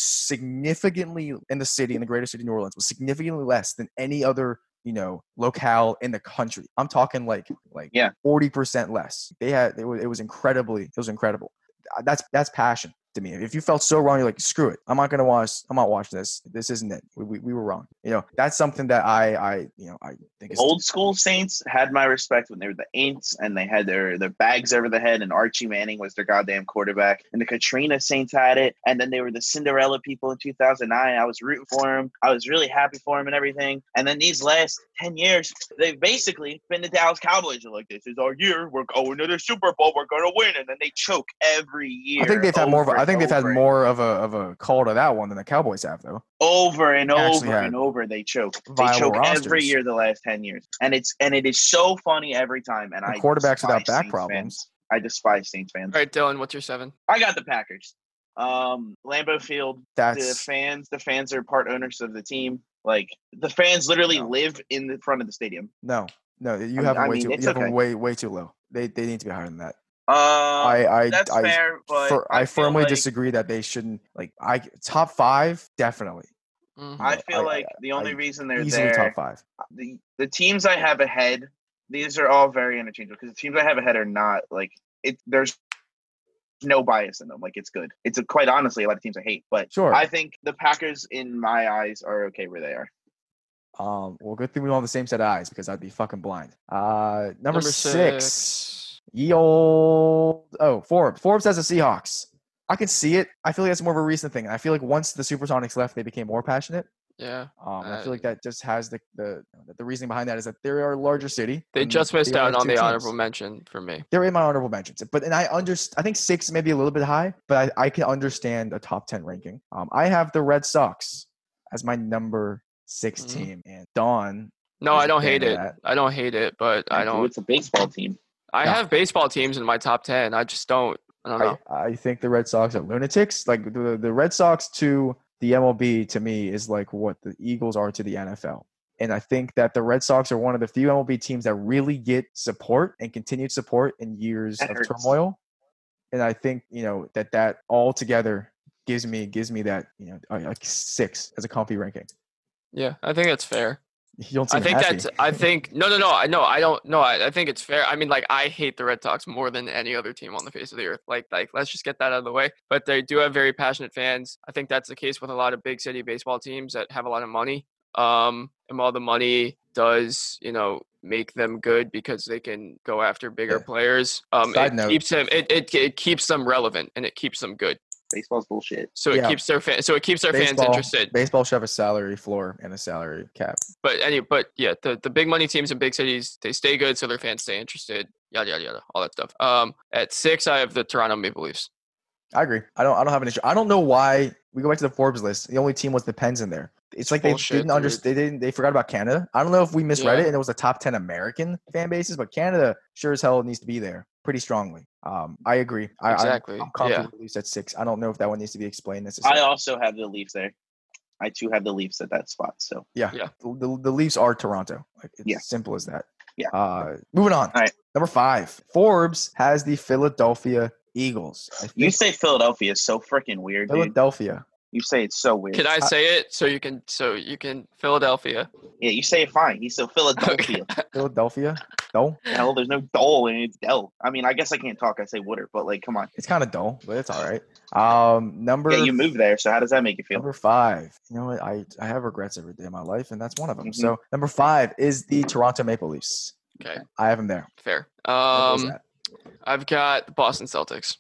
significantly in the city, in the greater city of New Orleans, was significantly less than any other you know locale in the country. I'm talking like like
Yeah.
forty percent less. They had it was, it was incredibly it was incredible. Uh, That's that's passion to me. If you felt so wrong, you're like, screw it. I'm not gonna watch. I'm not watching this. This isn't it. We, we, we were wrong. You know, that's something that I I you know I think is
Old school Saints had my respect when they were the Aints and they had their, their bags over the head, and Archie Manning was their goddamn quarterback. And the Katrina Saints had it, and then they were the Cinderella people in 2009. I was rooting for them, I was really happy for them and everything. And then these last 10 years, they've basically been the Dallas Cowboys. They're like, this is our year, we're going to the Super Bowl, we're going to win. And then they choke every year.
I think they've had more of. A,
over
I think they've
and
had
over and-
more of a of a call to that one than the Cowboys have though.
over and
They actually
over
had
and over they choke. They
viable
choke every
rosters.
year the last ten years, and it's and it is so funny every time. And
And
I
quarterbacks without
despise
back
Saints
problems.
fans. I despise Saints fans.
All right, Dylan, what's your seven?
I got the Packers. Um, Lambeau Field. the
That's
fans. The fans are part owners of the team. Like the fans literally
No.
live in the front of the stadium.
no no. You
I
have
mean- I
them way
mean,
too.
it's
You have them
okay.
way way too low. They they need to be higher than that.
Uh,
I I
that's
I
fair, but
fir-
I,
I,
feel
firmly
like-
disagree that they shouldn't like I top five definitely
Mhm.
I
I-
feel
I-
like the only
I
reason they're
easily
there
top five.
the the teams I have ahead, these are all very interchangeable because the teams I have ahead are not like it. There's no bias in them. Like it's good. It's a, quite honestly a lot of teams I hate, but
Sure.
I think the Packers in my eyes are okay where they are.
Um, well, good thing we don't have the same set of eyes because I'd be fucking blind. Uh, number, six. Ye old oh Forbes. Forbes has the Seahawks. I can see it. I feel like that's more of a recent thing. I feel like once the Supersonics left, they became more passionate.
Yeah,
Um, I feel like
Uh,
that just has the the the reasoning behind that is that they are a larger city.
they
and
just missed
they
out
are
on
two
the
teams.
honorable mention for me.
They're in my honorable mentions, but and I underst I think six maybe a little bit high, but I, I can understand a top ten ranking. Um, I have the Red Sox as my number six
Mhm.
team, and Don.
No,
He's
I
a
don't
fan
hate
of
it.
that.
I don't hate it, but I
Dude,
don't.
It's a baseball team.
I
No.
have baseball teams in my top ten. I just don't. I don't know.
I, I think the Red Sox are lunatics. Like the, the Red Sox to the MLB to me is like what the Eagles are to the NFL. And I think that the Red Sox are one of the few MLB teams that really get support and continued support in years
That
of
hurts.
turmoil. And I think, you know, that that all together gives me gives me that, you know, uh, like six as a comfy ranking.
yeah, I think that's fair.
You don't
I
seem
think
happy.
that's.
*laughs*
I think no, no, no. I no. I don't. No, I, I think it's fair. I mean, like I hate the Red Sox more than any other team on the face of the earth. Like, like let's just get that out of the way. But they do have very passionate fans. I think that's the case with a lot of big city baseball teams that have a lot of money. Um, and while the money does, you know, make them good because they can go after bigger
Yeah.
players, um,
Side
it
note.
keeps them. It, it it keeps them relevant and it keeps them good.
Baseball's bullshit.
So it
Yeah.
keeps their fan. So it keeps their fans
Baseball-
interested.
Baseball should have a salary floor and a salary cap.
But any, but yeah, the, the big money teams in big cities they stay good, so their fans stay interested. yada yada yada, all that stuff. Um, at six, I have the Toronto Maple Leafs.
I agree. I don't. I don't have an issue. I don't know why we go back to the Forbes list. The only team was the Pens in there. It's like they
Bullshit,
didn't understand.
dude.
They didn't. They forgot about Canada. I don't know if we misread
Yeah.
it and it was the top ten American fan bases, but Canada sure as hell needs to be there pretty strongly. Um, I agree. I,
Exactly.
I, I'm
yeah.
comfortable with the Leafs at six. I don't know if that one needs to be explained necessarily.
I also have the Leafs there. I too have the Leafs at that spot. So
the, the, the Leafs are Toronto. Like, it's
Yeah.
as simple as that.
Yeah.
Uh, moving on.
All right.
Number five. Forbes has the Philadelphia Eagles. I
you
think
say Philadelphia is so freaking weird, dude.
Philadelphia.
You say it's so weird.
Can I say it so you can so you can Philadelphia?
Yeah, you say it fine. He's so
*laughs*
Philadelphia.
Philadelphia. No,
Hell, there's no Dole and it's Dell. I mean, I guess I can't talk. I say Wooder, but like, come on.
it's kind of dull, but it's all right. Um, number
Yeah, you moved there, so how does that make you feel?
Number five. You know what? I, I have regrets every day of my life, and that's one of them.
Mhm.
So number five is the Toronto Maple Leafs.
Okay,
I have them there.
fair.
What was
Um,
that?
I've got the Boston Celtics.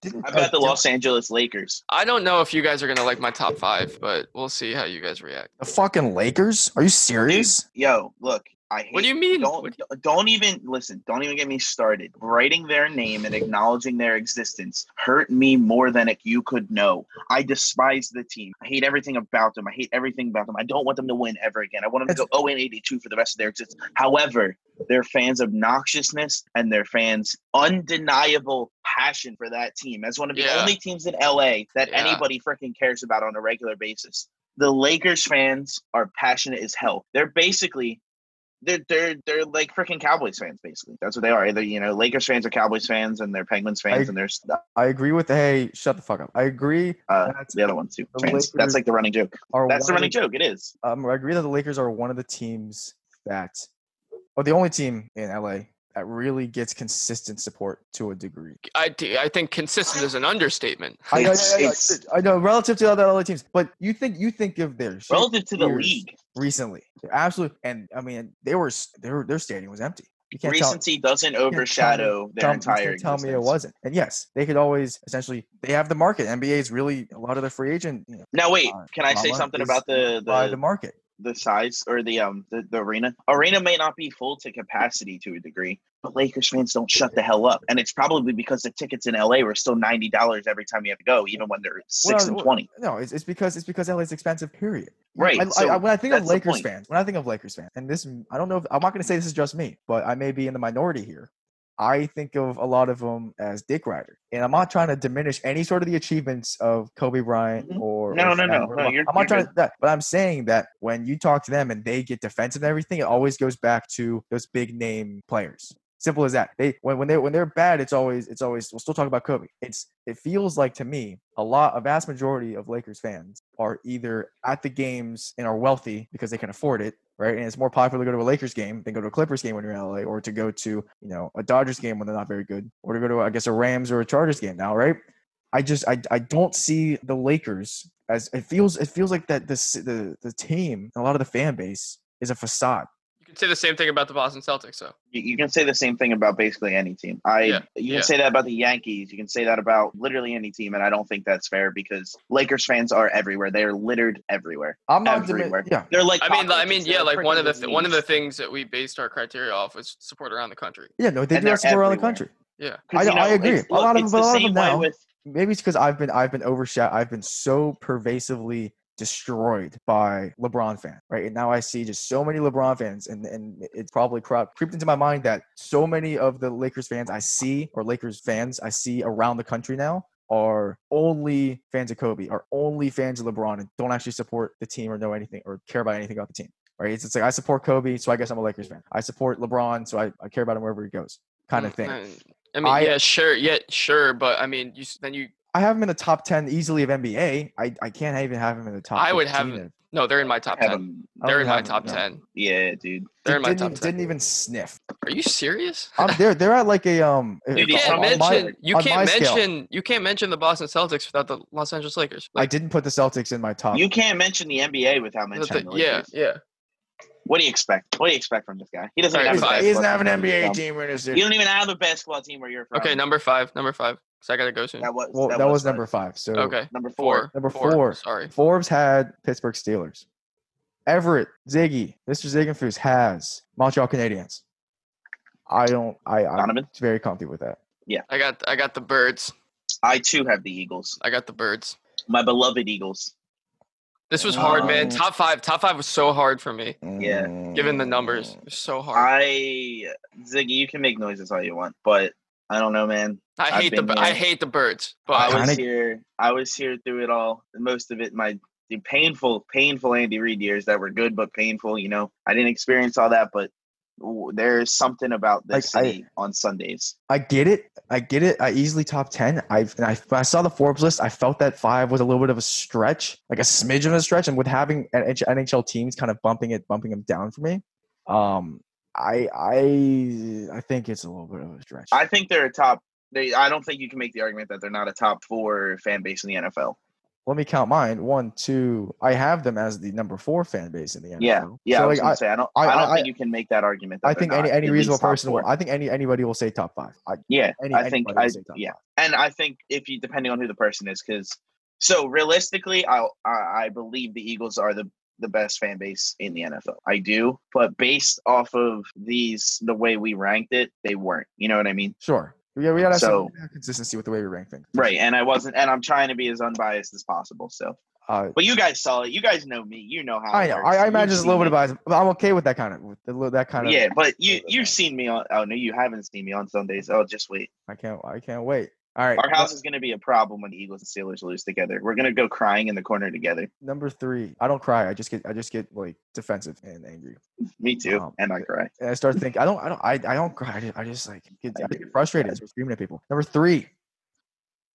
Didn't,
I
uh,
bet the
did-
Los Angeles Lakers.
I don't know if you guys are gonna like my top five, but we'll see how you guys react.
the fucking Lakers? Are you serious?
Yo, look, I hate.
What do you mean?
Don't
What-
don't even listen. Don't even get me started. Writing their name and acknowledging their existence hurt me more than if you could know. I despise the team. I hate everything about them. I hate everything about them. I don't want them to win ever again. I want them to go 0 and 82 for the rest of their existence. However, their fans' obnoxiousness and their fans' undeniable passion for that team as one of the
Yeah.
only teams in LA that
Yeah.
anybody freaking cares about on a regular basis. The Lakers fans are passionate as hell. They're basically they're they're they're like freaking Cowboys fans, basically. That's what they are. They're, you know, Lakers fans are Cowboys fans, and they're Penguins fans,
I-
and there's uh,
I agree with the hey, shut the fuck up. I agree that
the other ones too.
the
Fans.
Lakers
That's like the running joke.
are
That's the
one of
running joke. It is.
Um, I agree that the Lakers are one of the teams that, or the only team in LA that really gets consistent support to a degree.
I do- I think consistent is an understatement.
I know,
It's-
I, know, I know,
it's-
I know, relative to other LA teams, but you think you think of their shit
Relative to the
years
league,
recently, They're absolute, and I mean they were s- they were, their stadium was empty. You can't tell.
recency doesn't overshadow their
Tell, you
entire.
can't tell me it
existence.
wasn't, and yes, they could always essentially they have the market. NBA is really a lot of their free agent. You know,
Now wait,
uh,
can I say
Mama
something
is
about the
by the
the,
market?
the size or the um the, the arena? Arena may not be full to capacity to a degree, but Lakers fans don't shut the hell up, and it's probably because the tickets in LA were still ninety dollars every time you have to go, even when they're six
Well,
and
well,
twenty.
No, it's, it's because it's because LA's expensive. Period. You-
Right,
I, I-
so
I- when I think of
that's the
Lakers
point.
fans, when I think of Lakers fans, and this, I don't know. If, I'm not going to say this is just me, but I may be in the minority here. I think of a lot of them as dick rider, and I'm not trying to diminish any sort of the achievements of Kobe Bryant
Mhm.
or
No,
or
no,
Shaq
no,
or
no,
LeBron.
you're-
I'm not
you're
trying
good.
to that, but I'm saying that when you talk to them and they get defensive and everything, it always goes back to those big name players. Simple as that. They when, when they when they're bad, it's always it's always we'll still talk about Kobe. It's it feels like to me a lot a vast majority of Lakers fans are either at the games and are wealthy because they can afford it, right? And it's more popular to go to a Lakers game than go to a Clippers game when you're in LA, or to go to you know a Dodgers game when they're not very good, or to go to I guess a Rams or a Chargers game now, right? I just I, I don't see the Lakers as it feels it feels like that this the the team and a lot of the fan base is a facade.
You can say the same thing about the Boston Celtics, though.
You- You can say the same thing about basically any team. I
Yeah,
you can
yeah.
say that about the Yankees. You can say that about literally any team, and I don't think that's fair because Lakers fans are everywhere. They are littered everywhere.
I'm not dimi-
Everywhere.
yeah.
They're like
I mean, I
cockroaches.
mean,
They're
yeah,
a
like one
freaking
of the th- one of the
disease.
things that we based our criteria off was support around the country.
Yeah, no, they
And
do
they're
have support around the
everywhere.
country.
'Cause,
I-
you
I agree.
it's-
A lot of
it's
them- a
the
lot of
same
them
way
now.
with-
Maybe it's because I've been I've been overshadowed. I've been so pervasively destroyed by LeBron fan, right? And now I see just so many LeBron fans, and and it's probably crop, creeped into my mind that so many of the Lakers fans I see or Lakers fans I see around the country now are only fans of Kobe, are only fans of LeBron, and don't actually support the team or know anything or care about anything about the team. Right? It's, it's like I support Kobe, so I guess I'm a Lakers fan. I support LeBron, so I, I care about him wherever he goes, kind of
Mm,
thing.
and- I mean,
I-
yeah, sure, yeah, sure, but I mean, you s- then you
I have him in the top ten easily of NBA. I, I can't even have him in the top.
I would have
15
him
of-
no, they're in my top
have
ten.
them-
I don't
They're
even
in my
have him,
top
no.
ten.
yeah, dude.
They're
Dude,
in my
didn't,
top
even-
ten.
didn't even sniff.
Are you serious?
I'm, they're they're at like a um.
Dude,
if-
you
*laughs* You can't
on my-
on my-
mention you
on my
can't
scale.
mention you can't mention the Boston Celtics without the Los Angeles Lakers.
I didn't put the Celtics in my top.
You can't mention the NBA without
the-
mentioning
the-
the
yeah,
Lakers.
yeah.
What do you expect? What do you expect from this guy? He doesn't
All right,
even
He's-
fine.
have a
he doesn't have an
basketball team.
NBA team in his.
You don't even have a basketball team where you're from.
Okay, number five, number five. Cause I gotta go soon.
That was
Well, that, was number five. So
Okay,
number four.
four.
Number four.
Sorry.
Forbes had Pittsburgh Steelers. Everett Ziggy, Mr. Ziggenfuss has Montreal Canadiens. I don't. I I'm
Donovan?
very comfy with that.
I got I got the birds.
I too have the Eagles,
I got the birds.
my beloved Eagles.
This was hard, man.
Um,
Top five. Top five was so hard for me.
Yeah.
Given the
Mm.
numbers, it was so hard.
I Ziggy, you can make noises all you want, but I don't know, man.
I,
I've
hate the
been
I
there.
hate the birds,
I
but
was
Kinda-
here. I was here through it all. Most of it, my the painful, painful Andy Reid years that were good but painful. You know, I didn't experience all that, but w- there is something about this
Like, I-
city on Sundays.
I get it. I get it. I easily top ten. I've and I when I saw the Forbes list. I felt that five was a little bit of a stretch, like a smidge of a stretch. And with having NH- NHL teams kind of bumping it, bumping them down for me, um, I I I think it's a little bit of a stretch.
I think they're a top. They, I don't think you can make the argument that they're not a top four fan base in the NFL.
Let me count mine. One, two. I have them as the number four fan base in the NFL.
Yeah, yeah.
So,
I was
like,
gonna
I-
say I don't.
I-
I, don't
I-
think you can make that argument. that
I
they're
think any
not
any
at least
reasonable
top
person will.
four.
I think any anybody will say top five. I,
yeah,
any,
I think
anybody
I
will say top
yeah,
five.
and I think if you depending on who the person is, because so realistically, I'll, I I believe the Eagles are the the best fan base in the NFL. I do, but based off of these the way we ranked it, they weren't. You know what I mean?
Sure. Yeah, we gotta have
So-
some consistency with the way we rank things.
Right. And I wasn't, and I'm trying to be as unbiased as possible. So,
Uh,
but you guys saw it. You guys know me. You know how it
I know.
works.
I, I
You've
imagine it's a little
seen
bit
me.
about. But I'm okay with that kind of with the, little- that kind of.
Yeah, but you
little bit
you've
about it.
seen me on. Oh no, you haven't seen me on Sundays. Oh, just wait.
I can't. I can't wait. All right.
Our
nu-
house is going to be a problem when the Eagles and Steelers lose together. We're going to go crying in the corner together.
number three. I don't cry. I just get. I just get like defensive and angry.
Me too.
Um,
and I cry.
And I start thinking. I don't. I don't. I, I don't cry. I just, I just like get,
I
I
do.
get frustrated. I start screaming at people. Number three.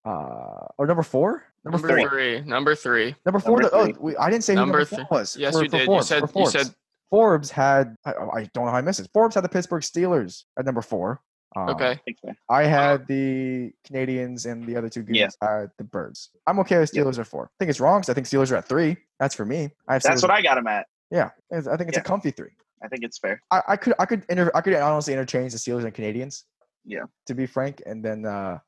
Uh or number four. Number,
number
four.
three. Number three.
Number four.
Number
the-
three.
Oh, we, I didn't say
Number
number who number
three.
four was.
Yes,
for-
you
for
did. You
Forbes,
said-
for
you
Forbes.
said-
Forbes had. I, I don't know how I missed it. Forbes had the Pittsburgh Steelers at number four. Um,
Okay.
Thanks, man.
I had the Canadians and the other two goons
Yeah.
had the Birds. I'm okay with
Yeah.
Steelers at four. I think it's wrong 'cause I think Steelers are at three. That's for me. I have
That's
Steelers-
what I got him at.
yeah. it's- I think it's
Yeah.
a comfy three.
I think it's fair.
I, I could I could inter- I could honestly interchange the Steelers and Canadians.
Yeah.
To be frank, and then uh,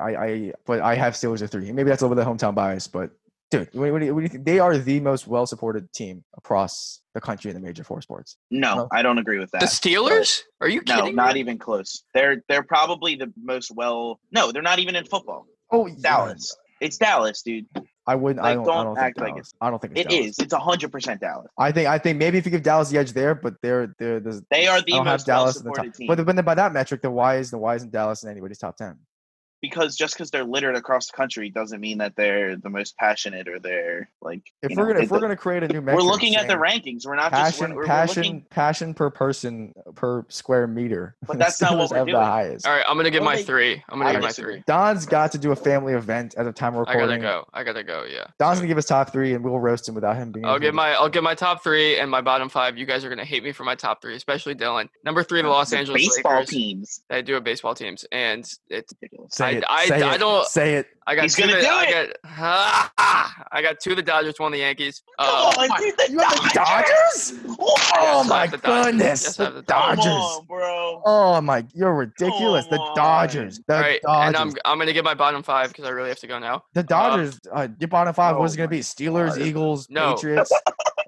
I, I I but I have Steelers at three. Maybe that's a little bit of hometown bias, but dude, what, do you- what do you, what do you think? They are the most well supported team across the country in the major four sports.
No,
Well,
I don't agree with that.
The Steelers? Are you
no,
kidding? me?
not even close. They're they're probably the most well. No, they're not even in football.
Oh, yeah.
Dallas. It's Dallas, dude.
I wouldn't. I
Like,
don't. I
don't
don't
act
think
like
Dallas. I don't think it's
It
Dallas.
is. It's hundred percent Dallas.
I think I think maybe if you give Dallas the edge there, but they're they're the
They are
I
the
don't have
most
Dallas in the
well-supported
top.
team
But then by that metric, then why is the why isn't Dallas in anybody's top ten?
because just because they're littered across the country doesn't mean that they're the most passionate or they're like.
If
you
we're
know,
gonna
it-
if we're gonna create a new metric,
we're looking at the
saying
rankings. We're not just
passion
we're, we're
passion
looking.
passion per person per square meter.
But
*laughs* the
that's not what
Steelers
we're
have
doing.
the highest.
All right, I'm gonna give
Well,
my
they-
three. I'm gonna
I
give my
disagree.
three.
Don's got to do a family event at the time we're
I gotta
recording.
go. I gotta go. Yeah.
Don's gonna give us top three, and we'll roast him without him being.
I'll
able
give
to-
my I'll give my top three and my bottom five. You guys are gonna hate me for my top three, especially Dylan. Number three, the Los
the
Angeles
baseball
Lakers.
teams.
I do have baseball teams, and it's
Ridiculous.
Say
I-
it,
I-
say
I
it,
don't-
say it.
I got
He's
two
gonna
of the-
do
I
it!
got ah, *laughs* I got two of the Dodgers, one of the Yankees. Uh,
Come on, dude, the
You have the Dodgers? Oh
Yes, I
my
have the Dodgers.
goodness,
Yes, I have
the
the Dodgers.
Dodgers.
Come on, bro.
Oh my, you're ridiculous. The
Come
Dodgers. The
all right,
Dodgers.
and I'm I'm gonna give my bottom five because I really have to go now.
the Dodgers. Uh, your bottom five
Oh
was going to
my
be Steelers,
God.
Eagles,
No.
Patriots.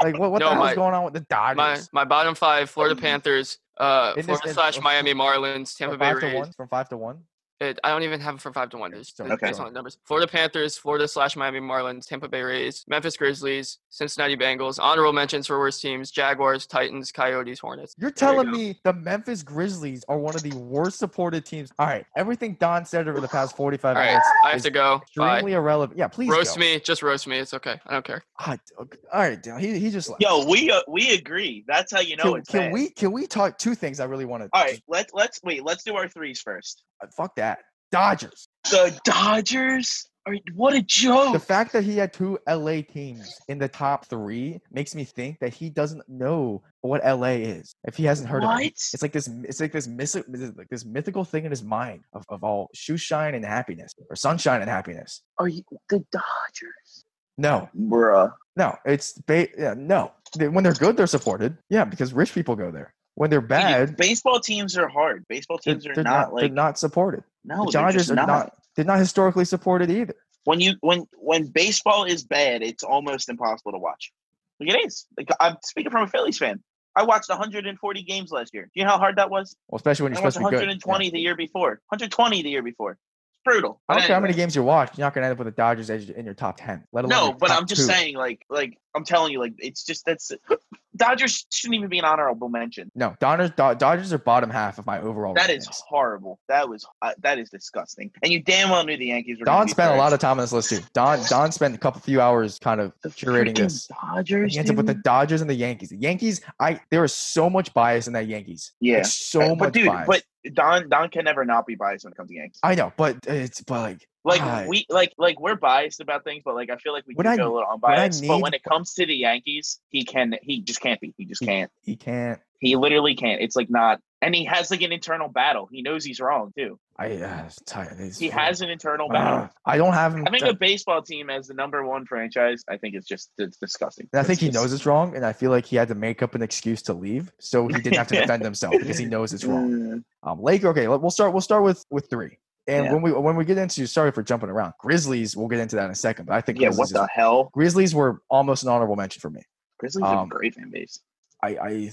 like what, what
No,
the hell's
my-
going on with the
My
Dodgers?
my bottom five: Florida Panthers, uh,
In this
Florida
instance,
slash
of-
Miami Marlins, Tampa
from
Bay
five to
Rays.
one. From five to one.
It, Uh, I don't even have it from five to one. There's
sorry,
okay. based
sorry.
on the numbers. Florida Panthers, Florida slash Miami Marlins, Tampa Bay Rays, Memphis Grizzlies, Cincinnati Bengals. Honorable mentions for worst teams: Jaguars, Titans, Coyotes, Hornets.
You're
There you
telling
go.
me the Memphis Grizzlies are one of the worst supported teams. All right, everything Don said over the
*sighs*
past 45
All right,
minutes
I have
is
to go. Bye.
extremely irrelevant. Yeah, please
Roast
go.
me, just roast me. It's okay. I don't care.
Ah, d- okay. all right, Don, he he just left.
Yo, we uh, we agree. That's how you know
can,
it's
can
bad.
we can we talk two things I really want to?
All right, let's let's wait. Let's do our threes first.
fuck that. Dodgers.
The Dodgers are what a
The
joke.
fact that he had two LA teams in the top three makes me think that he doesn't know what LA is. If he hasn't heard of
What?
it, it's like this. It's like this, myth, like this mythical thing in his mind of, of all shoe shine and happiness or sunshine and happiness.
Are you the Dodgers?
No,
Bruh.
no, it's ba- yeah, no. They- When they're good, they're supported. Yeah, because rich people go there. When they're bad,
Baseball teams are hard. Baseball
they're,
teams are
they're
not,
not, they're
like
not supported.
no.
the
they're
Dodgers
just
are not. They're not historically supported either.
when you when when baseball is bad, it's almost impossible to watch. Like it is. Like I'm speaking from a Phillies fan. I watched 140 games last year. Do you know how hard that was?
Well, especially when you're
I
supposed
watched
to be good.
120 the year before. 120 the year before. It's brutal.
I don't
But
care how many
anyway.
games you watch. You're not going to end up with the Dodgers as in your top ten. Let alone
No,
your
but
top
I'm just
two.
saying, like, like I'm telling you, like, it's just that's *gasps* Dodgers shouldn't even be an honorable mention.
No, Dodgers. Do- Dodgers are bottom half of my overall.
That is
rankings.
horrible. That was uh, that is disgusting. And you damn well knew the Yankees were. gonna
Don
be
spent a
third.
lot of time on this list too. Don Don spent a couple few hours kind of
the
curating
freaking
this.
Dodgers.
He ends up with the
dude.
Dodgers and the Yankees. The Yankees, I there was so much bias in that Yankees.
yeah.
Like, so
Uh,
much
but dude,
bias.
but Don Don can never not be biased when it comes to Yankees.
I know, but it's but like
Like
God.
we like like we're biased about things, but like I feel like we
What
can
I-
go a little
I
unbiased. but
need-
when it comes to the Yankees, he can he just can't be. He just
He-
can't.
he can't.
He literally can't. It's like not. And he has like an internal battle. He knows he's wrong too.
I uh, it's tired. It's-
He has an
Uh,
internal battle.
Ugh. I don't have him.
Having a baseball team as the number one franchise, I think it's just it's disgusting.
and I think
It's
he
just-
knows it's wrong, and I feel like he had to make up an excuse to leave, so he didn't
*laughs*
have to defend himself because he knows it's wrong.
Mm,
Um, Lake. Okay, let- we'll start. We'll start with with three, and
Yeah.
when we when we get into sorry for jumping around Grizzlies, we'll get into that in a second. But I think
yeah, what
Grizzlies,
the
is-
hell?
Grizzlies were almost an honorable mention for me.
Grizzlies are
Um,
a great fan base.
I, I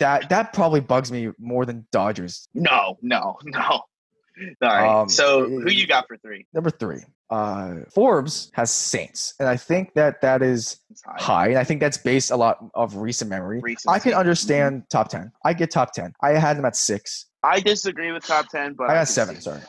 that that probably bugs me more than Dodgers.
No, no, *laughs* no. All right.
Um,
so
it-
who you got for three?
Number three, uh, Forbes has Saints, and I think that that is
It's high.
high, and I think that's based a lot of recent memory. I can
Recency.
understand top ten. I get top ten. I had them at six.
I disagree with top ten, but
I
could
got
see
seven.
it.
Sorry.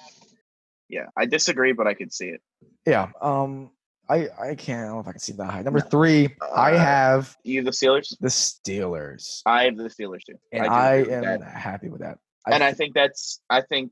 Yeah, I disagree, but I could see it.
Yeah. Um. I I can't. I don't know if I can see that high. Number three, I
Uh,
have
You have the Steelers.
the Steelers,
I have the Steelers too.
and
do
I,
agree with
am
that.
happy with that.
and I think that's I think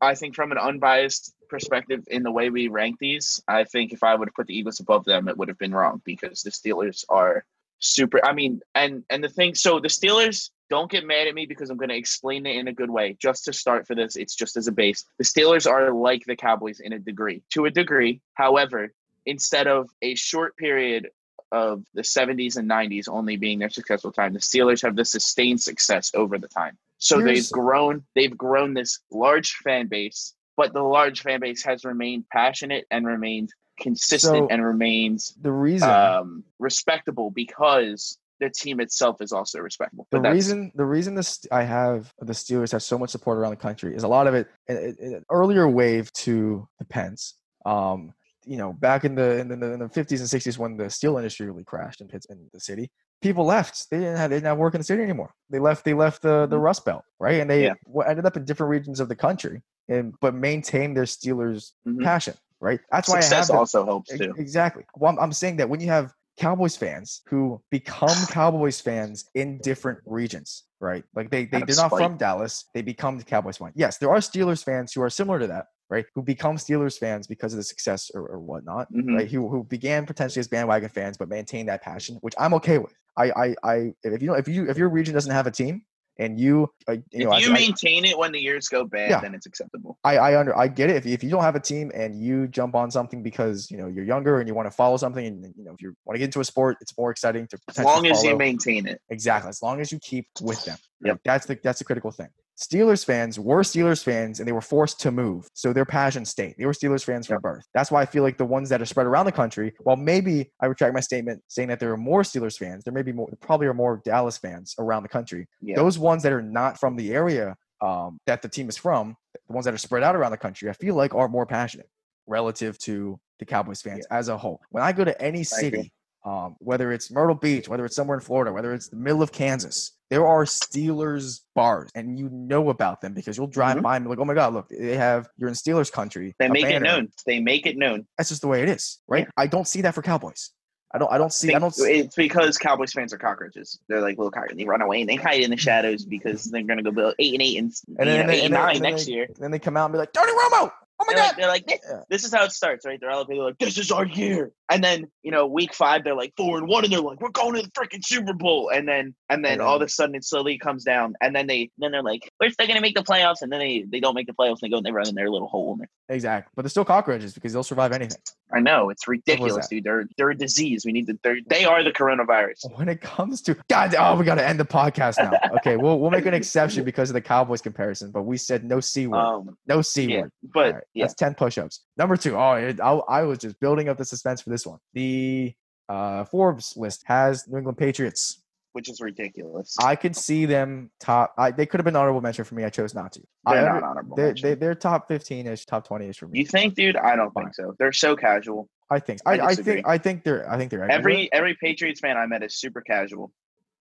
I think from an unbiased perspective in the way we rank these, I think if I would have put the Eagles above them, it would have been wrong because the Steelers are super I mean, and and the thing so the Steelers don't get mad at me because I'm gonna explain it in a good way. Just to start for this, it's just as a base. The Steelers are like the Cowboys in a degree. To a degree. However, instead of a short period of the 70s and 90s only being their successful time, the Steelers have the sustained success over the time. So
Here's-
they've grown, they've grown this large fan base, but the large fan base has remained passionate and remained consistent
So-
and remains
the reason
um, respectable because the team itself is also respectable.
the
But that's-
reason the reason this I have the Steelers have so much support around the country is a lot of it in, in- in an earlier wave to the Pens. Um, you know, back in the in the, in the 50s and 60s when the steel industry really crashed in Pittsburgh, in the city, people left. They didn't have they didn't have work in the city anymore. They left they left the the
Mhm.
Rust Belt, right? And they
Yeah.
w ended up in different regions of the country, and but maintained their Steelers
Mhm.
passion, right? That's why I have
success
them-
also helps
Ex-
too.
Exactly. Well, I'm, I'm saying that when you have Cowboys fans who
*sighs*
become Cowboys fans in different regions, right? Like they, they
Out of
they're not
spite.
from Dallas, they become the Cowboys fan. Yes, there are Steelers fans who are similar to that, right? Who become Steelers fans because of the success or, or whatnot,
Mhm.
right? Who who began potentially as bandwagon fans but maintain that passion, which I'm okay with. I I, I if you don't if you if your region doesn't have a team and you uh, you know I-
if you
I-
maintain it when the years go bad,
Yeah.
then it's acceptable.
I, I under I get it. If, if you don't have a team and you jump on something because you know you're younger and you want to follow something and you know if you want to get into a sport, it's more exciting to
As long
potentially
as you
follow.
maintain it.
exactly as long as you keep with them.
Yep.
that's the that's the critical thing. Steelers fans were Steelers fans and they were forced to move, so their passion stayed. They were Steelers fans from
Yep.
birth. That's why I feel like the ones that are spread around the country. While maybe I retract my statement saying that there are more Steelers fans, there may be more probably are more Dallas fans around the country
Yeah.
those ones that are not from the area um, that the team is from, the ones that are spread out around the country, I feel like are more passionate relative to the Cowboys fans as a whole. When I go to any city, um, whether it's Myrtle Beach, whether it's somewhere in Florida, whether it's the middle of Kansas, there are Steelers bars, and you know about them because you'll drive
Mhm.
by and be like, "Oh my God, look, they have you're in Steelers country."
They
a
make it
banner."
known. They make it known.
That's just the way it is, right? I don't see that for Cowboys. I don't. I don't see. I
Think-
don't. See,
it's because Cowboys fans are cockroaches. They're like little cockroaches. They run away and they hide in the shadows because they're gonna go build eight and eight and,
And
you
then-
know,
and
eight and
then-
nine
and then
next year.
then they come out and be like, "Tony Romo, oh my
They're like,
God."
they're like this,
Yeah.
this is how it starts, right? They're all people like, this is our year. And then, you know, week five, they're like four and one, and they're like, we're going to the freaking Super Bowl. And then, and then
And
all of
then-
a sudden, it slowly comes down. And then they, then they're like, we're still gonna make the playoffs. And then they, they don't make the playoffs. And they go and they run in their little hole. And
Exactly, but they're still cockroaches because they'll survive anything.
I know it's ridiculous,
that? Oh,
dude. They're they're a disease. We need to. They're, they are the coronavirus.
When it comes to God, oh, we got to end the podcast now. Okay, we'll we'll make an exception because of the Cowboys comparison, but we said no c word,
Um,
no c
yeah,
word.
but
All right,
yeah,
that's ten push-ups. Number two. Oh, it, I, I was just building up the suspense for this one. The uh, Forbes list has New England Patriots.
which is ridiculous.
I could see them top. I, they could have been honorable mention for me. I chose not to. I
They're
under-
not honorable.
They're,
mention.
they, they're top 15 ish, top 20 ish for me.
you think, dude? I don't think so. They're so casual.
I think.
I
I, I
disagree.
think. I think they're. I think they're everywhere.
Every every Patriots fan I met is super casual.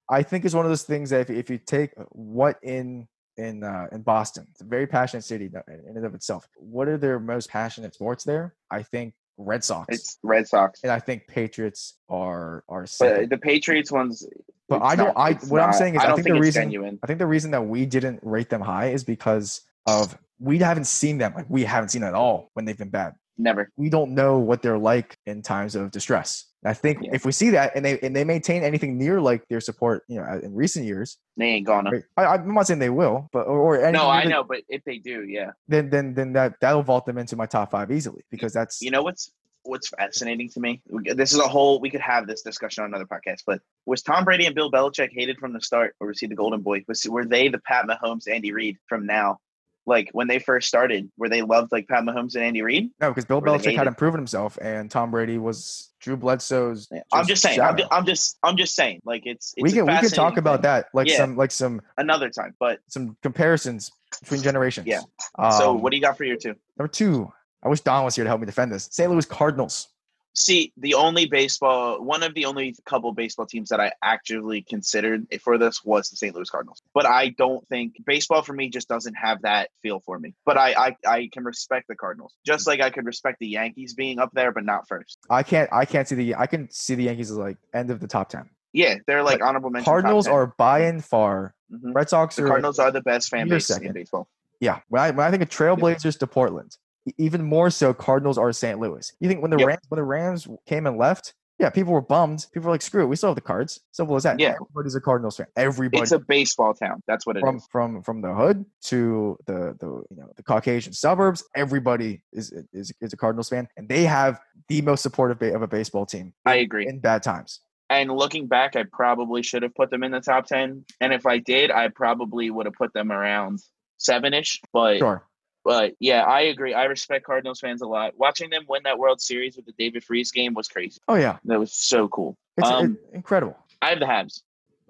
I think it's one of those things that if, if you take uh, what in in uh, in Boston, it's a very passionate city that- in and of itself. What are their most passionate sports there? I think Red Sox,
It's Red Sox.
and I think Patriots are are.
But
Second.
the Patriots ones.
But,
it's
I don't.
not-
I
it's
what I'm
not-
saying is I,
don't
think, the
it's
reason
genuine.
I think the reason that we didn't rate them high is because of we haven't seen them. Like we haven't seen them at all when they've been bad.
Never.
we don't know what they're like in times of distress. And I think
Yeah.
if we see that and they and they maintain anything near like their support, you know, in recent years,
They ain't gonna.
right? I, I'm not saying they will, but or, or anything
Uh-huh. No, I
near the-
know, but if they do, yeah.
Then then then that that'll vault them into my top five easily because that's
You know what's what's fascinating to me? We could- This is a whole we could have this discussion on another podcast. But was Tom Brady and Bill Belichick hated from the start, or was he the Golden Boy? Was were they the Pat Mahomes, Andy Reid from now? Like when they first started, were they loved like Pat Mahomes and Andy Reid?
no because Bill
where they
Belichick
hated.
hadn't proven himself and Tom Brady was Drew Bledsoe's.
I'm just saying. I'm
shadow.
just, I'm just. I'm just saying. Like it's. it's
we
a
can we can
fascinating
talk about
thing.
that like
Yeah.
some like some
another time. But
some comparisons between generations.
Yeah. so,
Um,
what do you got for your two?
number two? I wish Don was here to help me defend this. St. Louis Cardinals.
See, the only baseball, one of the only couple baseball teams that I actively considered for this was the St. Louis Cardinals. But I don't think baseball for me just doesn't have that feel for me. But I, I, I can respect the Cardinals, just like I could respect the Yankees being up there, but not first.
I can't I can't see the I can see the Yankees as like end of the top ten.
Yeah, they're like honorable mention. top
Cardinals
10.
are by and far.
Mhm.
Red Sox
the
are.
Cardinals are the best fan
You're
base in
second.
baseball.
Yeah. When I, when I think of Trailblazers to Portland, e- even more so, Cardinals are St. Louis. You think when the
Yep.
Rams when the Rams came and left, yeah, people were bummed. People were like, "Screw it, we still have the cards." Simple as that.
Yeah.
Everybody's a Cardinals fan. Everybody
It's a baseball town. That's what it is.
*laughs* from from from the hood to the the you know the Caucasian suburbs. Everybody is is is a Cardinals fan, and they have the most supportive ba- of a baseball team
I agree.
in bad times.
And looking back, I probably should have put them in the top 10. And if I did, I probably would have put them around seven ish. But
Sure.
But yeah, I agree. I respect Cardinals fans a lot. Watching them win that World Series with the David Freeze game was crazy.
Oh yeah,
That was so cool.
it's uh,
Um,
incredible.
I have the Habs.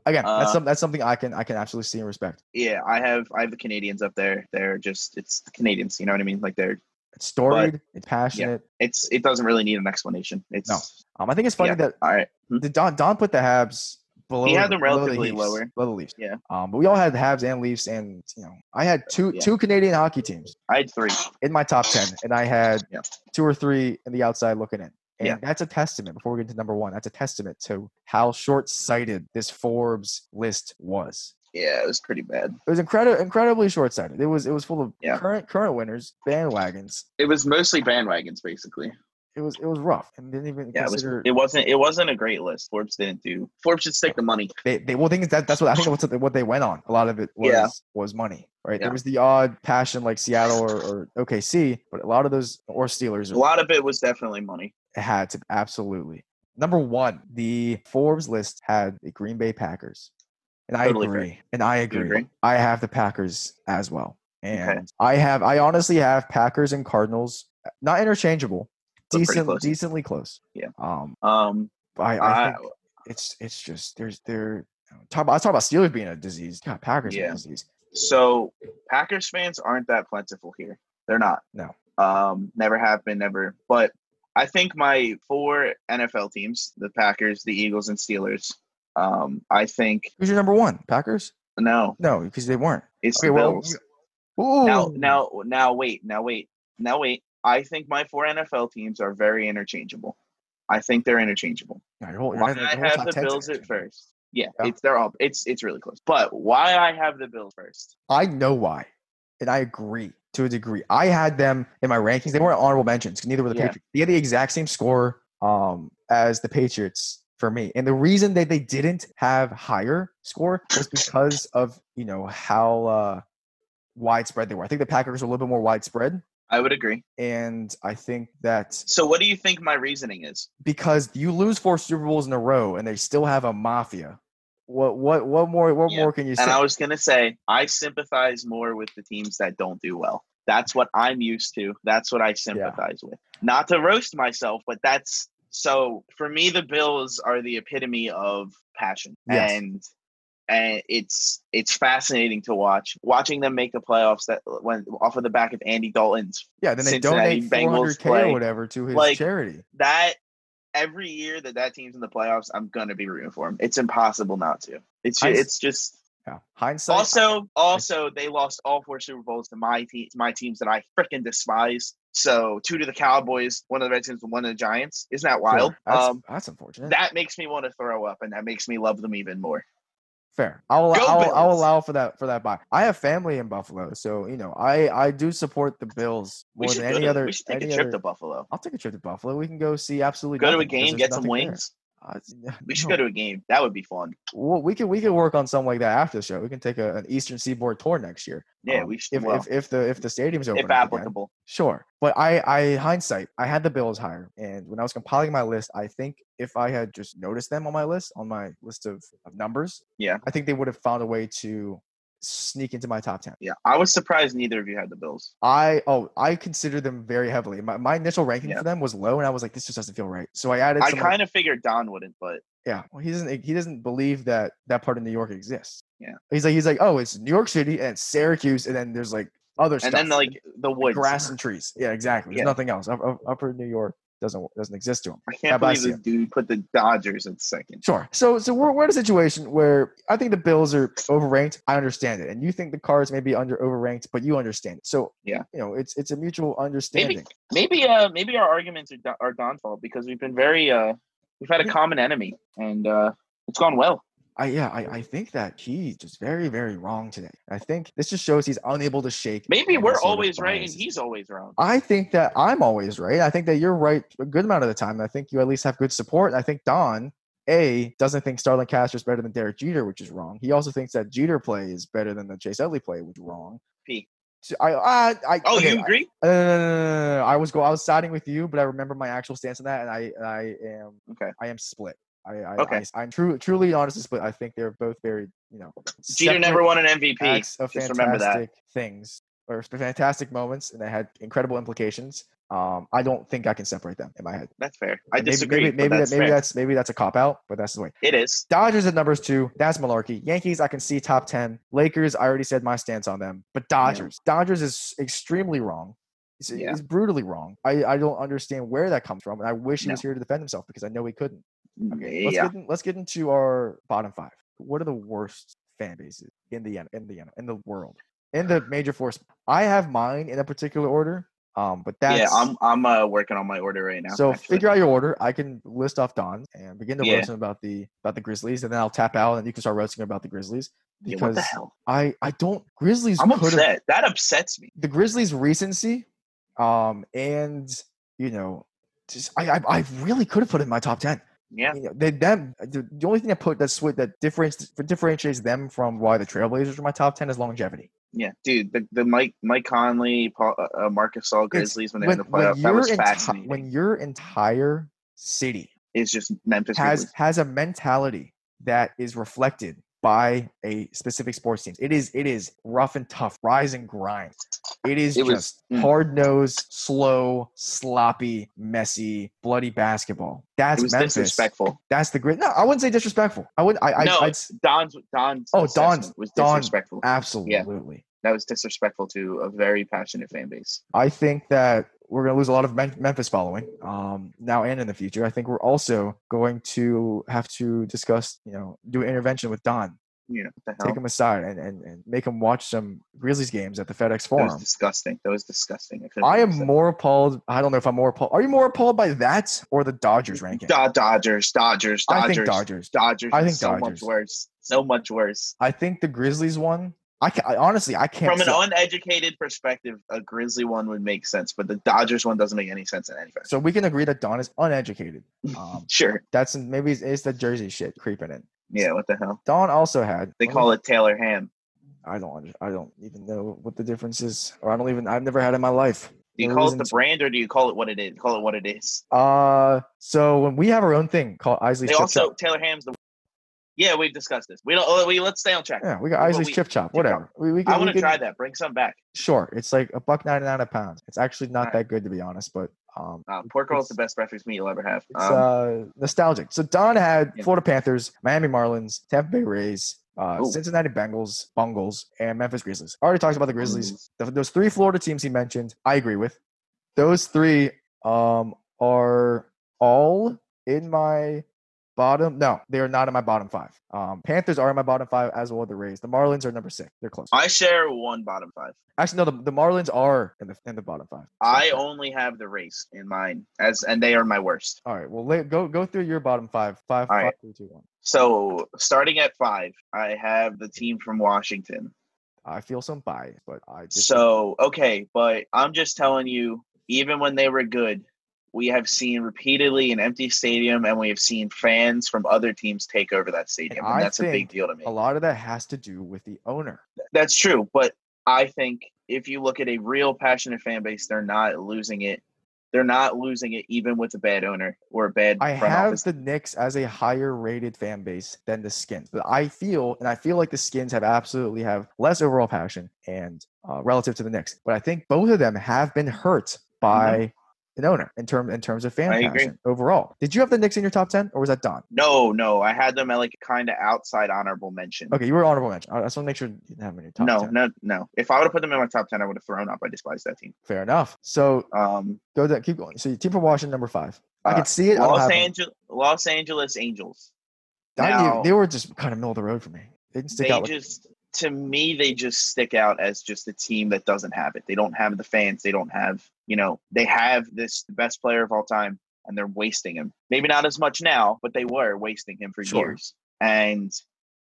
Again,
uh,
that's some, that's something I can I can absolutely see and respect.
Yeah, I have. I have the Canadians up there. They're just it's the Canadians. You know what I mean? Like they're
It's storied, it's passionate.
it's it doesn't really need an explanation. It's
No. Um, I think it's funny
Yeah.
that
all right.
the Don Don put the Habs below.
had them
the- below the
relatively
Leafs-
lower.
below the Leafs.
Yeah.
Um, but we all had the Habs and Leafs, and you know, I had two
Yeah.
two Canadian hockey teams
I had three.
in my top ten, and I had
Yeah.
two or three in the outside looking in. And
Yeah.
that's a testament. Before we get into number one, that's a testament to how short-sighted this Forbes list was.
Yeah, it was pretty bad.
It was incredible, incredibly short-sighted. It was it was full of
Yeah.
current current winners, bandwagons.
It was mostly bandwagons, basically.
It was it was rough, and didn't even
Yeah, it was.
consider
It wasn't. It wasn't a great list. Forbes didn't do. Forbes should stick to money.
they, they well thing is that that's what I think that's what they- what they went on. A lot of it was
Yeah.
was money, right?
Yeah.
There was the odd passion like Seattle or, or OKC, but a lot of those or Steelers
A lot of it was definitely money.
had to absolutely number one. The Forbes list had the Green Bay Packers, and I
Totally fair.
agree, and I agree.
agree?
I have the Packers as well, and I have I honestly have Packers and Cardinals not interchangeable,
But pretty
decent,
close.
decently close.
Yeah.
Um,
Um,
I, I
I,
think it's it's just there's there. Talk about, I was talking about Steelers being a disease. God, Packers being
Yeah.
a disease.
So Packers fans aren't that plentiful here. They're not.
No.
Um, never have been, never. But I think my four NFL teams, the Packers, the Eagles, and Steelers, um, I think
Who's your number one? Packers?
no,
No, because they weren't.
it's
Okay,
the
well, oh.
Bills.
Ooh.
Now now now wait, now wait, now wait. I think my four NFL teams are very interchangeable. I think they're interchangeable.
No, your whole- your
Why
whole- your
I
whole
have
top
the
10's
Bills at
interchangeable.
first. Yeah,
Yeah.
it's they're all it's it's really close. But why I have the Bills first.
I know why, and I agree to a degree. I had them in my rankings. They weren't honorable mentions 'cause neither were the
Yeah.
Patriots. They had the exact same score um, as the Patriots for me, and the reason that they didn't have higher score was because of you know how uh, widespread they were. I think the Packers were a little bit more widespread,
I would agree.
and I think that
So what do you think my reasoning is?
because you lose four Super Bowls in a row and they still have a mafia. What what what more what
Yeah,
more can you say?
And I was gonna say, I sympathize more with the teams that don't do well. That's what I'm used to. That's what I sympathize with. Not to roast myself, but that's so for me the bills are the epitome of passion
Yes.
and and it's it's fascinating to watch watching them make the playoffs that when off of the back of andy dalton's
Yeah, then they
Cincinnati
donate
Bengals
400k
play,
or whatever to his
like,
charity.
that every year that that team's in the playoffs i'm gonna be rooting for them it's impossible not to it's ju-
I s-
it's just
Yeah. Hindsight.
also also they lost all four super bowls to my team to my teams that i freaking despise so two to the cowboys one of the redskins and one of the giants isn't that
sure,
wild
That's,
um
that's unfortunate.
that makes me want to throw up and that makes me love them even more
Fair. I'll,
Go
I'll, I'll
Bills.
allow for that for that buy. I have family in Buffalo, so you know I I do support the Bills
we
more
should,
than
go
any
to,
other.
we should take a
any
trip
other-
to buffalo
I'll take a trip to Buffalo. We can go see absolutely.
go to a
nothing 'cause
game
there's
get some
nothing there.
wings
Uh, *laughs*
we should
no.
go to a game that would be fun
Well, we can we can work on something like that after the show. We can take a, an Eastern Seaboard tour next year.
yeah
Um,
we should
If,
well,
if if the if the stadium's open,
if
up again.
applicable
Sure, but I, I hindsight, I had the Bills higher, and when I was compiling my list, I think if I had just noticed them on my list, on my list of, of numbers,
Yeah.
I think they would have found a way to sneak into my top ten.
yeah i was surprised neither of you had the bills
I oh, I consider them very heavily. My, my initial ranking
Yeah.
for them was low, and I was like, this just doesn't feel right. So I added.
i
some, like-
kind of figured don wouldn't but
yeah, well, he doesn't e, he doesn't believe that that part of New York exists.
Yeah.
he's like he's like oh, it's New York City and it's Syracuse, and then there's like other stuff.
and then like the woods
grass and trees. Yeah, exactly. There's
Yeah.
nothing else. Up- up- Upper New York doesn't doesn't exist to him.
I
How
can't
about
believe
you?
this dude put the Dodgers in second.
Sure. So so we're, we're in a situation where I think the Bills are overranked. I understand it, and you think the Cards may be under overranked, but you understand it. So
Yeah.
you know it's it's a mutual understanding.
Maybe, uh, maybe our arguments are, do- are downfall because we've been very, uh, we've had a common enemy, and uh, it's gone well.
I yeah I, I think that he's just very very wrong today. I think this just shows he's unable to shake.
Maybe
any
we're
sort of
always right and
biases.
he's always wrong.
I think that I'm always right. I think that you're right a good amount of the time. I think you at least have good support. I think Don A doesn't think Starlin Castro is better than Derek Jeter, which is wrong. He also thinks that Jeter play is better than the Chase Utley play, which is wrong.
P.
So I, I, I
Oh,
okay,
you agree?
I, no, no, no, no, no, no, no. I was go. I was siding with you, but I remember my actual stance on that, and I, and I am,
Okay.
I am split. I, I,
Okay.
I, am true, truly and honestly split. I think they're both very, you know,
Jeter
separate-
never won an MVP.
acts of
Just
fantastic
remember that.
things or sp- fantastic moments, and they had incredible implications. Um, I don't think I can separate them in my head.
That's fair. I
And maybe-
disagree.
Maybe,
but
maybe, that-
that's
maybe
fair.
that's maybe that's a cop out, but that's the way.
it is.
Dodgers at numbers two. That's malarkey. Yankees, I can see top ten. Lakers, I already said my stance on them. But Dodgers, Dodgers is extremely wrong. It's,
Yeah.
it's brutally wrong. I, I don't understand where that comes from, and I wish he was here to defend himself because I know he couldn't. Okay,
Mm,
let's
yeah.
get in, let's get into our bottom five. What are the worst fan bases in the N- in the N- in the world
*sighs*
in the major force? I have mine in a particular order, um, but that's
yeah, I'm I'm uh, working on my order right now.
so
actually.
figure out your order. I can list off Don's and begin to
Yeah.
roast him about the about the Grizzlies, and then I'll tap out, and you can start roasting about the Grizzlies
Yeah, what
because
the hell?
I I don't Grizzlies.
I'm
could've-
upset. That upsets me.
the Grizzlies' recency, um, and you know, just I I, I really could have put it in my top ten.
Yeah.
You know, they, them the, the only thing that put that switch that difference differentiates them from why the Trailblazers are my top ten is longevity.
Yeah, dude, the, the Mike Mike Conley, Paul, uh, uh, Marcus All Grizzlies when they were in the playoffs, that
your
was
enti-
fascinating.
when your entire city
it's just Memphis
has
Grizzlies.
has a mentality that is reflected by a specific sports team. It is it is rough and tough, rise and grind. It is
It was-
just
mm.
hard nosed, slow, sloppy, messy, bloody basketball.
It
That's
was
Memphis.
disrespectful.
That's the grit. No, I wouldn't say disrespectful. I would. I. I
No,
I'd
it's
s-
Don's Don's
Oh,
assessment
Don's-
was
Don.
disrespectful.
absolutely.
That was disrespectful to a very passionate fan base.
I think that we're going to lose a lot of Mem- Memphis following um, now and in the future. I think we're also going to have to discuss, you know, do an intervention with Don
You know what the
take
hell?
him aside and, and, and make him watch some Grizzlies games at the FedEx
That was
Forum.
disgusting. That was disgusting. couldn't
I am
believe
more appalled. I don't know if I'm more appalled. Are you more appalled by that or the Dodgers
that.
ranking?
Da- Dodgers, Dodgers,
I
Dodgers,
think Dodgers.
Dodgers.
I
is
think
so much
Dodgers.
worse. So much worse.
I think the Grizzlies one. I, ca I honestly I can't.
From an
say-
uneducated perspective, a Grizzly one would make sense, but the Dodgers one doesn't make any sense in any fashion.
so we can agree that Don is
*laughs*
uneducated. Um,
Sure.
that's maybe it's, it's the Jersey shit creeping in.
Yeah. What the hell?
Don also had.
They call it Taylor Ham.
I don't. under- I don't even know what the difference is, or I don't even. I've never had it in my life.
Do you
There
call it the
isn't-
brand or do you call it what it is? Call it what it is.
Uh, so when we have our own thing called Isley
They
Strip Shop-
also Taylor Ham's the Yeah, we've discussed this. We don't. oh, We let's stay on track.
Yeah, we got
Well,
Isley's
we-
Chip Chop,
yeah.
whatever. We, we can,
I
we
want to
can-
try that. Bring some back.
Sure, it's like a buck ninety nine a pound. It's actually not
Alright.
that good to be honest, but um,
Um, pork roll is the best breakfast meat you'll ever have.
It's
Um,
uh, nostalgic. So Don had
Yeah.
Florida Panthers, Miami Marlins, Tampa Bay Rays, uh,
Ooh.
Cincinnati Bengals, Bungles, and Memphis Grizzlies. I already talked about the Grizzlies. Th- those three Florida teams he mentioned, I agree with. Those three um, are all in my bottom. No, they are not in my bottom five. Um, Panthers are in my bottom five as well. as The Rays, the Marlins are number six. They're close.
I share one bottom five.
Actually, no, the, the Marlins are in the in the bottom five. So-
I only have the race in mine as, and they are my worst.
all right. Well, let, go go through your bottom five. Five,
All
five,
right.
three, two, one.
So starting at five, I have the team from Washington.
I feel some bias, but I just
So okay, but I'm just telling you, even when they were good, we have seen repeatedly an empty stadium, and we have seen fans from other teams take over that stadium, and
I
that's a big
think
deal to me.
a lot of that has to do with the owner.
That's true, but I think if you look at a real passionate fan base, they're not losing it. They're not losing it, even with a bad owner or a bad
I
front
have
office.
the Knicks as a higher rated fan base than the Skins, but I feel and I feel like the Skins have absolutely have less overall passion and uh, relative to the Knicks. But I think both of them have been hurt by an owner in term in terms of fan
Mm-hmm. I agree.
passion overall. Did you have the Knicks in your top ten, or was that Don?
No, no, I had them at like kind of outside honorable mention.
Okay, you were honorable mention. I I just want to make sure you didn't have them in your top
no,
10.
no, no. If I would have put them in my top ten, I would have thrown up. I despise that team.
Fair enough. So
Um,
go that keep going. So your team for Washington number five. I
Uh,
could see it. I don't
Los
have 'em.
Angeles, Los Angeles Angels.
I knew-
now-
they were just kind of middle of the road for me. They didn't stick
they
out. like-
just, to me, they just stick out as just a team that doesn't have it. They don't have the fans. They don't have, you know, they have this the best player of all time, and they're wasting him. Maybe not as much now, but they were wasting him for
Sure.
years. And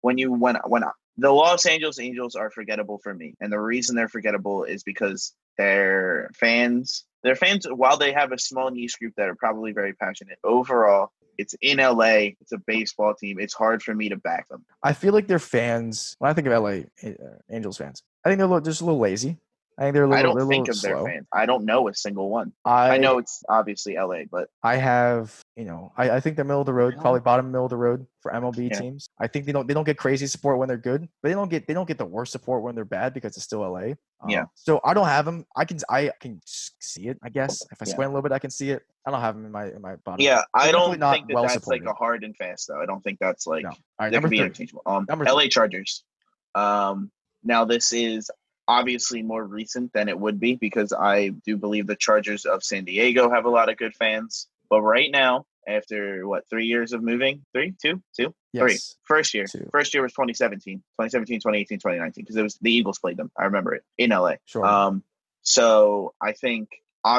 when you when when the Los Angeles Angels are forgettable for me, and the reason they're forgettable is because their fans, their fans, while they have a small niche group that are probably very passionate, overall, it's in LA. It's a baseball team. It's hard for me to back them.
I feel like their fans. When I think of LA uh, Angels fans, I think they're a little, just a little lazy. I think they're a little.
I
they're a
don't
little
think of
slow.
their fans. I don't know a single one.
I,
I, know it's obviously LA, but
I have. You know, I, I think they're middle of the road,
Yeah.
probably bottom middle of the road for MLB
Yeah.
teams. I think they don't they don't get crazy support when they're good, but they don't get they don't get the worst support when they're bad because it's still LA.
Yeah.
So I don't have them. I can I can s- see it. I guess if I
Yeah.
squint a little bit, I can see it. I don't have them in my in my bottom.
yeah, I
They're
don't
definitely not
think that
well
that's like
supported.
a hard and fast though. I don't think that's like
No. All right.
they
Number
could be
three.
interchangeable. Um,
Number
LA Chargers. Um, now this is obviously more recent than it would be because I do believe the Chargers of San Diego have a lot of good fans. But right now, after what three years of moving, three, two, two, three.
Yes.
First year,
Two.
first year was 2017, 2017, 2018, 2019 because it was the Eagles played them. I remember it in LA.
Sure.
Um, so I think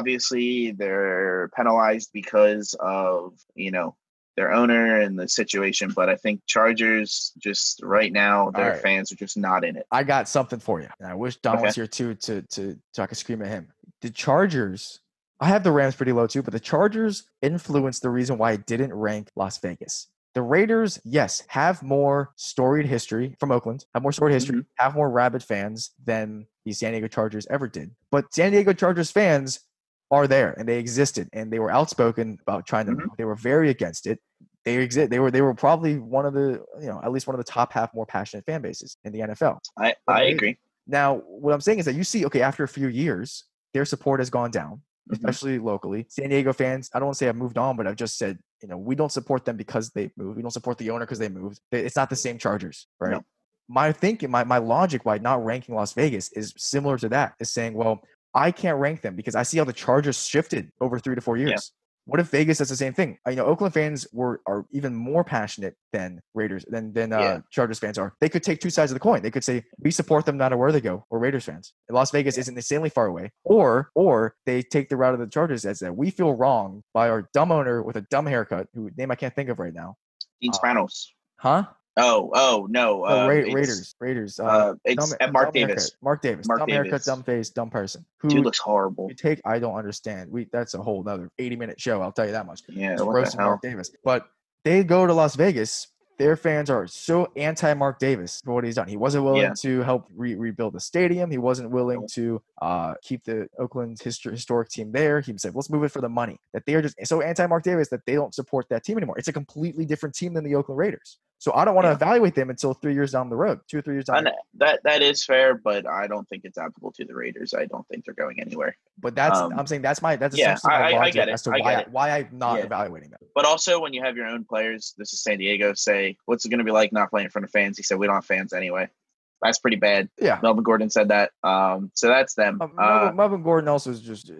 obviously they're penalized because of you know their owner and the situation, but I think Chargers just right now their
right.
fans are just not in it.
I got something for you, and I wish Don was
Okay.
here too to to so I could scream at him. The Chargers. I have the Rams pretty low too, but the Chargers influenced the reason why I didn't rank Las Vegas. The Raiders, yes, have more storied history from Oakland, have more storied history, have more rabid fans than the San Diego Chargers ever did. But San Diego Chargers fans are there and they existed and they were outspoken about trying to
Mhm.
move. they were very against it they exist they were they were probably one of the you know at least one of the top half more passionate fan bases in the nfl
I,
But
I
they-
agree.
now, what I'm saying is that you see, okay, after a few years, their support has gone down,
Mhm.
especially locally. San Diego fans, I don't want to say I've moved on, but I've just said, you know, we don't support them because they moved. We don't support the owner because they moved. They- It's not the same Chargers, right?
No.
My thinking, my, my logic why not ranking Las Vegas is similar to that, is saying, well, I can't rank them because I see how the Chargers shifted over three to four years. What if Vegas does the same thing? Uh, You know, Oakland fans were are even more passionate than Raiders than than uh,
Yeah.
Chargers fans are. They could take two sides of the coin. They could say we support them no matter where they go, or Raiders fans. And Las Vegas isn't insanely far away, or or they take the route of the Chargers as that we feel wrong by our dumb owner with a dumb haircut, who name I can't think of right now,
Dean
uh,
Spanos.
huh?
Oh, oh no.
No,
Uh,
Ra-
it's,
Raiders, Raiders. Uh,
Uh, it's
dumb-
at Mark
dumb
Davis.
haircut. Mark Davis.
Mark
dumb haircut,
Davis.
dumb face, dumb person. Who
Dude looks horrible.
you take? I don't understand. We that's a whole other eighty minute show. I'll tell you that much.
Yeah,
It's
what the
roasting
hell?
Mark Davis. But they go to Las Vegas. Their fans are so anti Mark Davis for what he's done. He wasn't willing
Yeah.
to help re- rebuild the stadium. He wasn't willing
Nope.
to uh, keep the Oakland histor- historic team there. He said, let's move it for the money. That they are just so anti Mark Davis that they don't support that team anymore. It's a completely different team than the Oakland Raiders. So I don't want to
Yeah.
evaluate them until three years down the road, two or three years down.
And
The road.
that that is fair, but I don't think it's applicable to the Raiders. I don't think they're going anywhere.
But that's
um,
I'm saying that's my that's
yeah,
essentially my
I- I- I
logic
get it,
as to
I
why
get
I,
it.
why I'm not
Yeah.
evaluating them.
But also, when you have your own players, this is San Diego. Say, what's it going to be like not playing in front of fans? He said, we don't have fans anyway. That's pretty bad.
Yeah.
Melvin Gordon said that. Um, so that's them.
Uh,
Uh,
Melvin, Melvin Gordon also is just uh,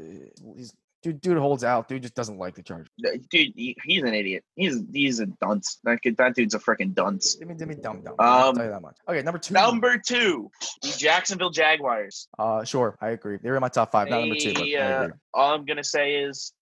he's, dude. Dude holds out. Dude just doesn't like the Chargers.
dude, he, he's an idiot. He's he's a dunce. That kid, that dude's a freaking dunce.
Give me, give me dumb dumb. I'll
Um,
tell you that much. Okay, number two.
Number two, the Jacksonville Jaguars.
Uh, sure, I agree. They were in my top five, not number two. But
They,
I
uh,
agree.
all I'm gonna say is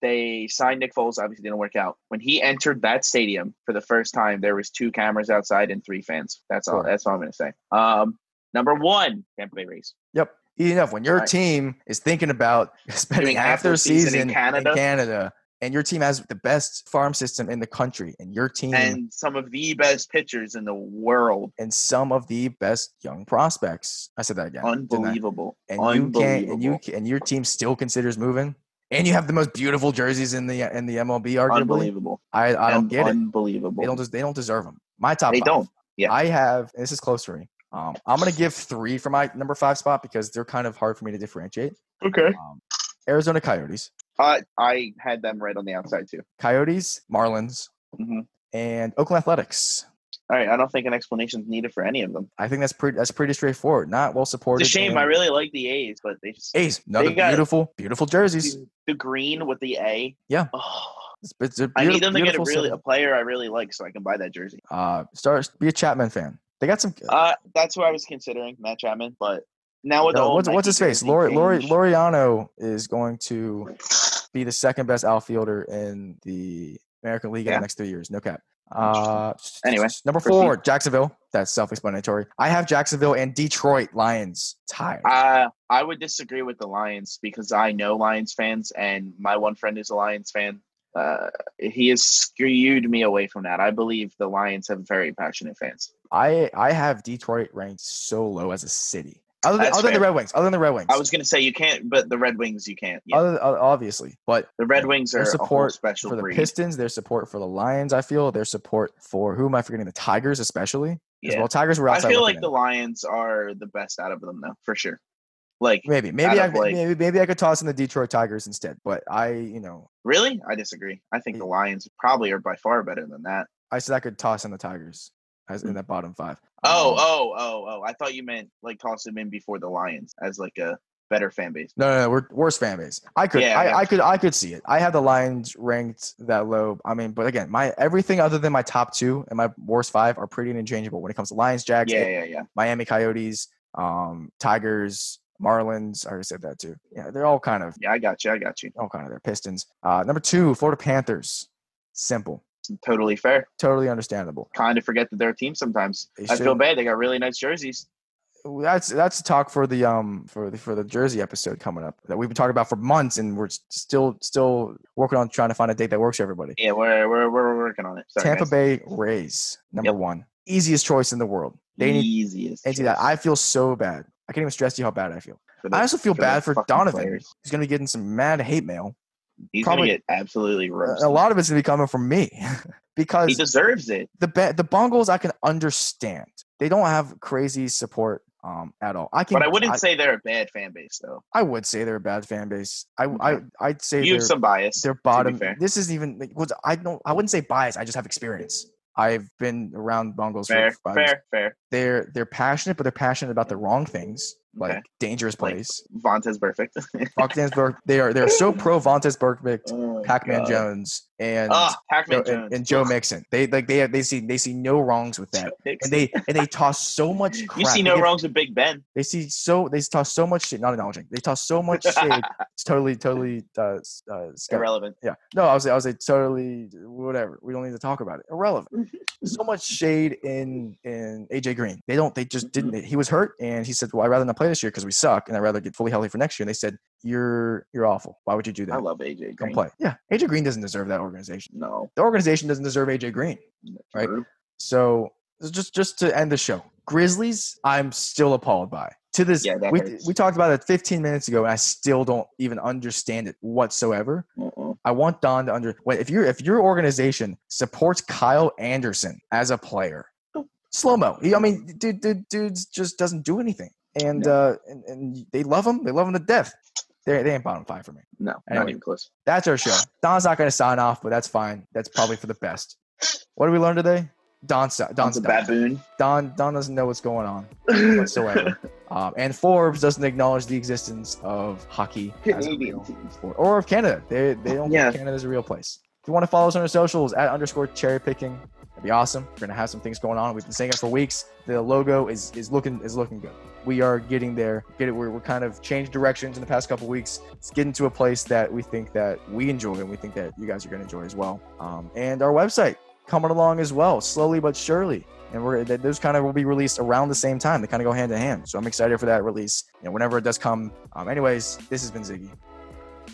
they signed Nick Foles. Obviously, didn't work out. When he entered that stadium for the first time, there was two cameras outside and three fans. That's all.
Sure.
That's all I'm gonna say. Um, number one, Tampa Bay Rays.
Yep. Easy enough. When your
Right.
team is thinking about *laughs* spending
half
half their
their season in
season in Canada.
Canada.
and your team has the best farm system in the country, and your team and,
and some of the best pitchers in the world.
some of the best young prospects. I said that again. didn't I?
Unbelievable.
And you
Unbelievable.
can't. And you ca- and your team still considers moving. And you have the most beautiful jerseys in the in the MLB. Arguably,
Unbelievable.
I, I don't
Un-
get it.
Unbelievable.
They don't. Just, they don't deserve them. My top.
They
five.
don't. Yeah.
I have. and This is close for me. Um, I'm gonna give three for my number five spot because they're kind of hard for me to differentiate.
Okay.
Um, Arizona Coyotes,
Uh, I had them right on the outside too.
Coyotes, Marlins,
hmm
and Oakland Athletics.
All right. I don't think an explanation is needed for any of them.
I think that's pretty. That's pretty straightforward. Not well supported.
It's a shame.
and-
I really like the A's, but they just
A's another
They got-
beautiful, beautiful jerseys.
the, the green with the A.
Yeah.
Oh,
It's, it's a
I
beauti-
need them to get a
beautiful
really a
city.
player I really like so I can buy that jersey.
Uh, start be a Chapman fan. They got some.
Uh, that's what I was considering, Matt Chapman. But now with the
uh,
whole
what's, what's
Nike
his face?
jersey
Lori, Lori,
change-
Loriano is going to be the second best outfielder in the American League in
Yeah.
the next three years. No cap. Uh,
Anyway,
number
proceed.
four, Jacksonville. That's self-explanatory. I have Jacksonville and Detroit Lions tied.
Uh, I would disagree with the Lions because I know Lions fans, and my one friend is a Lions fan. Uh, he has skewed me away from that. I believe the Lions have very passionate fans.
I I have Detroit ranked so low as a city. Other than,
That's
other than the
fair.
Red Wings. Other than the Red Wings.
I was gonna say you can't, but the Red Wings you can't. Yeah.
Other, o- obviously, but
the Red Wings
their
are a whole
support
special
for the
breed.
Pistons, their support for the Lions, I feel their support for who am I forgetting? The Tigers, especially. 'Cause
Yeah.
Well, Tigers were
I
outside.
feel like
looking in.
the Lions are the best out of them, though, for sure. Like,
Maybe, maybe I
of, like-
maybe, maybe I could toss in the Detroit Tigers instead. But I, you know,
really? I disagree. I think the Lions probably are by far better than that.
I said I could toss in the Tigers as in that bottom five.
Oh,
Um,
oh, oh, oh! I thought you meant like toss them in before the Lions as like a better fan base.
No, no, no, we're worse fan base. I could,
Yeah,
I,
yeah.
I could, I could see it. I have the Lions ranked that low. I mean, but again, my everything other than my top two and my worst five are pretty interchangeable when it comes to Lions, Jags,
Yeah, yeah, yeah.
Miami Coyotes, um, Tigers, Marlins. I already said that too. Yeah, they're all kind of,
Yeah, I got you. I got you.
all kind of their Pistons. Uh, number two, Florida Panthers. Simple,
Totally fair.
totally understandable.
Kind of forget that they're a team sometimes.
They
I feel
shouldn't-
bad. They got really nice jerseys.
That's that's a talk for the um for the for the Jersey episode coming up that we've been talking about for months, and we're s- still still working on trying to find a date that works for everybody.
Yeah, we're we're, we're working on it. Sorry,
Tampa
guys.
Bay Rays, number
Yep.
one, easiest choice in the world. They need
easiest.
and see that.
choice
I feel so bad. I can't even stress to you how bad I feel.
for the-
I also feel
for the
bad for
fucking
Donovan,
players.
who's going to be getting some mad hate mail.
He's
Probably-
gonna get absolutely roasted.
A lot of it's going to be coming from me *laughs*
He
because
deserves it.
the ba- the Bungles I can understand. They don't have crazy support um, at all. I can,
But I wouldn't say they're a bad fan base, though.
I would say they're a bad fan base. I I
Okay.
I'd say
You
they're,
have some bias.
they're bottom.
fair.
This isn't even. Like, what's- I don't. I wouldn't say bias. I just have experience. I've been around Bungles for
Fair,
five years.
fair, fair.
They're they're passionate, but they're passionate about the wrong things, like
Okay.
dangerous
Like-
plays.
Vontae's perfect. *laughs*
Fuck Dan's Berg. They are they're so pro Vontaze Bergvik,
Oh my
Pac-Man
God.
Jones, and.
Ah,
Joe-
Pac-Man
and-
Jones.
and, Joe Mixon, they like they they see they see no wrongs with that, and they and they toss so much. Crap.
you see
They
no
give-
wrongs with Big Ben.
They see so they toss so much shit. Not acknowledging. They toss
*laughs*
so much shit. it's totally totally uh, s- uh, scat-
Irrelevant.
yeah. No, I was I was like totally whatever. We don't need to talk about it.
*laughs*
Irrelevant. so much shade in in AJ Green. They don't. They just didn't.
Mm-hmm.
He was hurt, and he said, "Well, I'd rather not play this year because we suck, and I'd rather get fully healthy for next year." And they said, "You're you're awful. Why would you do
I
that?
love AJ.
Come
Green.
play." Yeah, AJ Green doesn't deserve that organization.
No.
The organization doesn't deserve AJ Green. Right.
true.
So just just to end the show, Grizzlies. I'm still appalled by. To this,
Yeah, that
we,
hurts.
we talked about it 15 minutes ago, and I still don't even understand it whatsoever.
Uh-uh.
I want Don to under. Wait, if you if your organization supports Kyle Anderson as a player, slow mo. I mean, dude, dude, dudes just doesn't do anything, and uh, and, and they love him. They love him to death. They they ain't bottom five for me.
No, not
Anyway.
even close.
That's our show. Don's not going to sign off, but that's fine. That's probably for the best. What did we learn today? Don's Don's
Don's a
done.
baboon. *laughs*
Don Don doesn't know what's going on whatsoever. um, and Forbes doesn't acknowledge the existence of hockey as a
Canadian
real
teams.
sport or of Canada. They, they don't
Yeah.
think Canada's a real place. If you want to follow us on our socials at underscore cherry picking, that'd be awesome. We're gonna have some things going on. We've been saying it for weeks. The logo is is looking is looking good. We are getting there. Get it? We're, we're kind of changed directions in the past couple weeks. It's getting to a place that we think that we enjoy and we think that you guys are gonna enjoy as well. Um, and our website coming along as well, slowly but surely. And we're that those kind of will be released around the same time. They kind of go hand in hand. So I'm excited for that release. And whenever it does come. Um, anyways, this has been Ziggy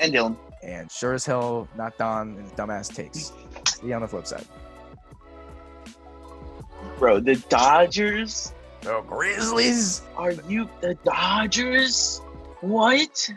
And Dylan.
and sure as hell not Don and his dumbass takes. See you on the flip side.
Bro, the Dodgers?
The Grizzlies.
Are you the Dodgers? What?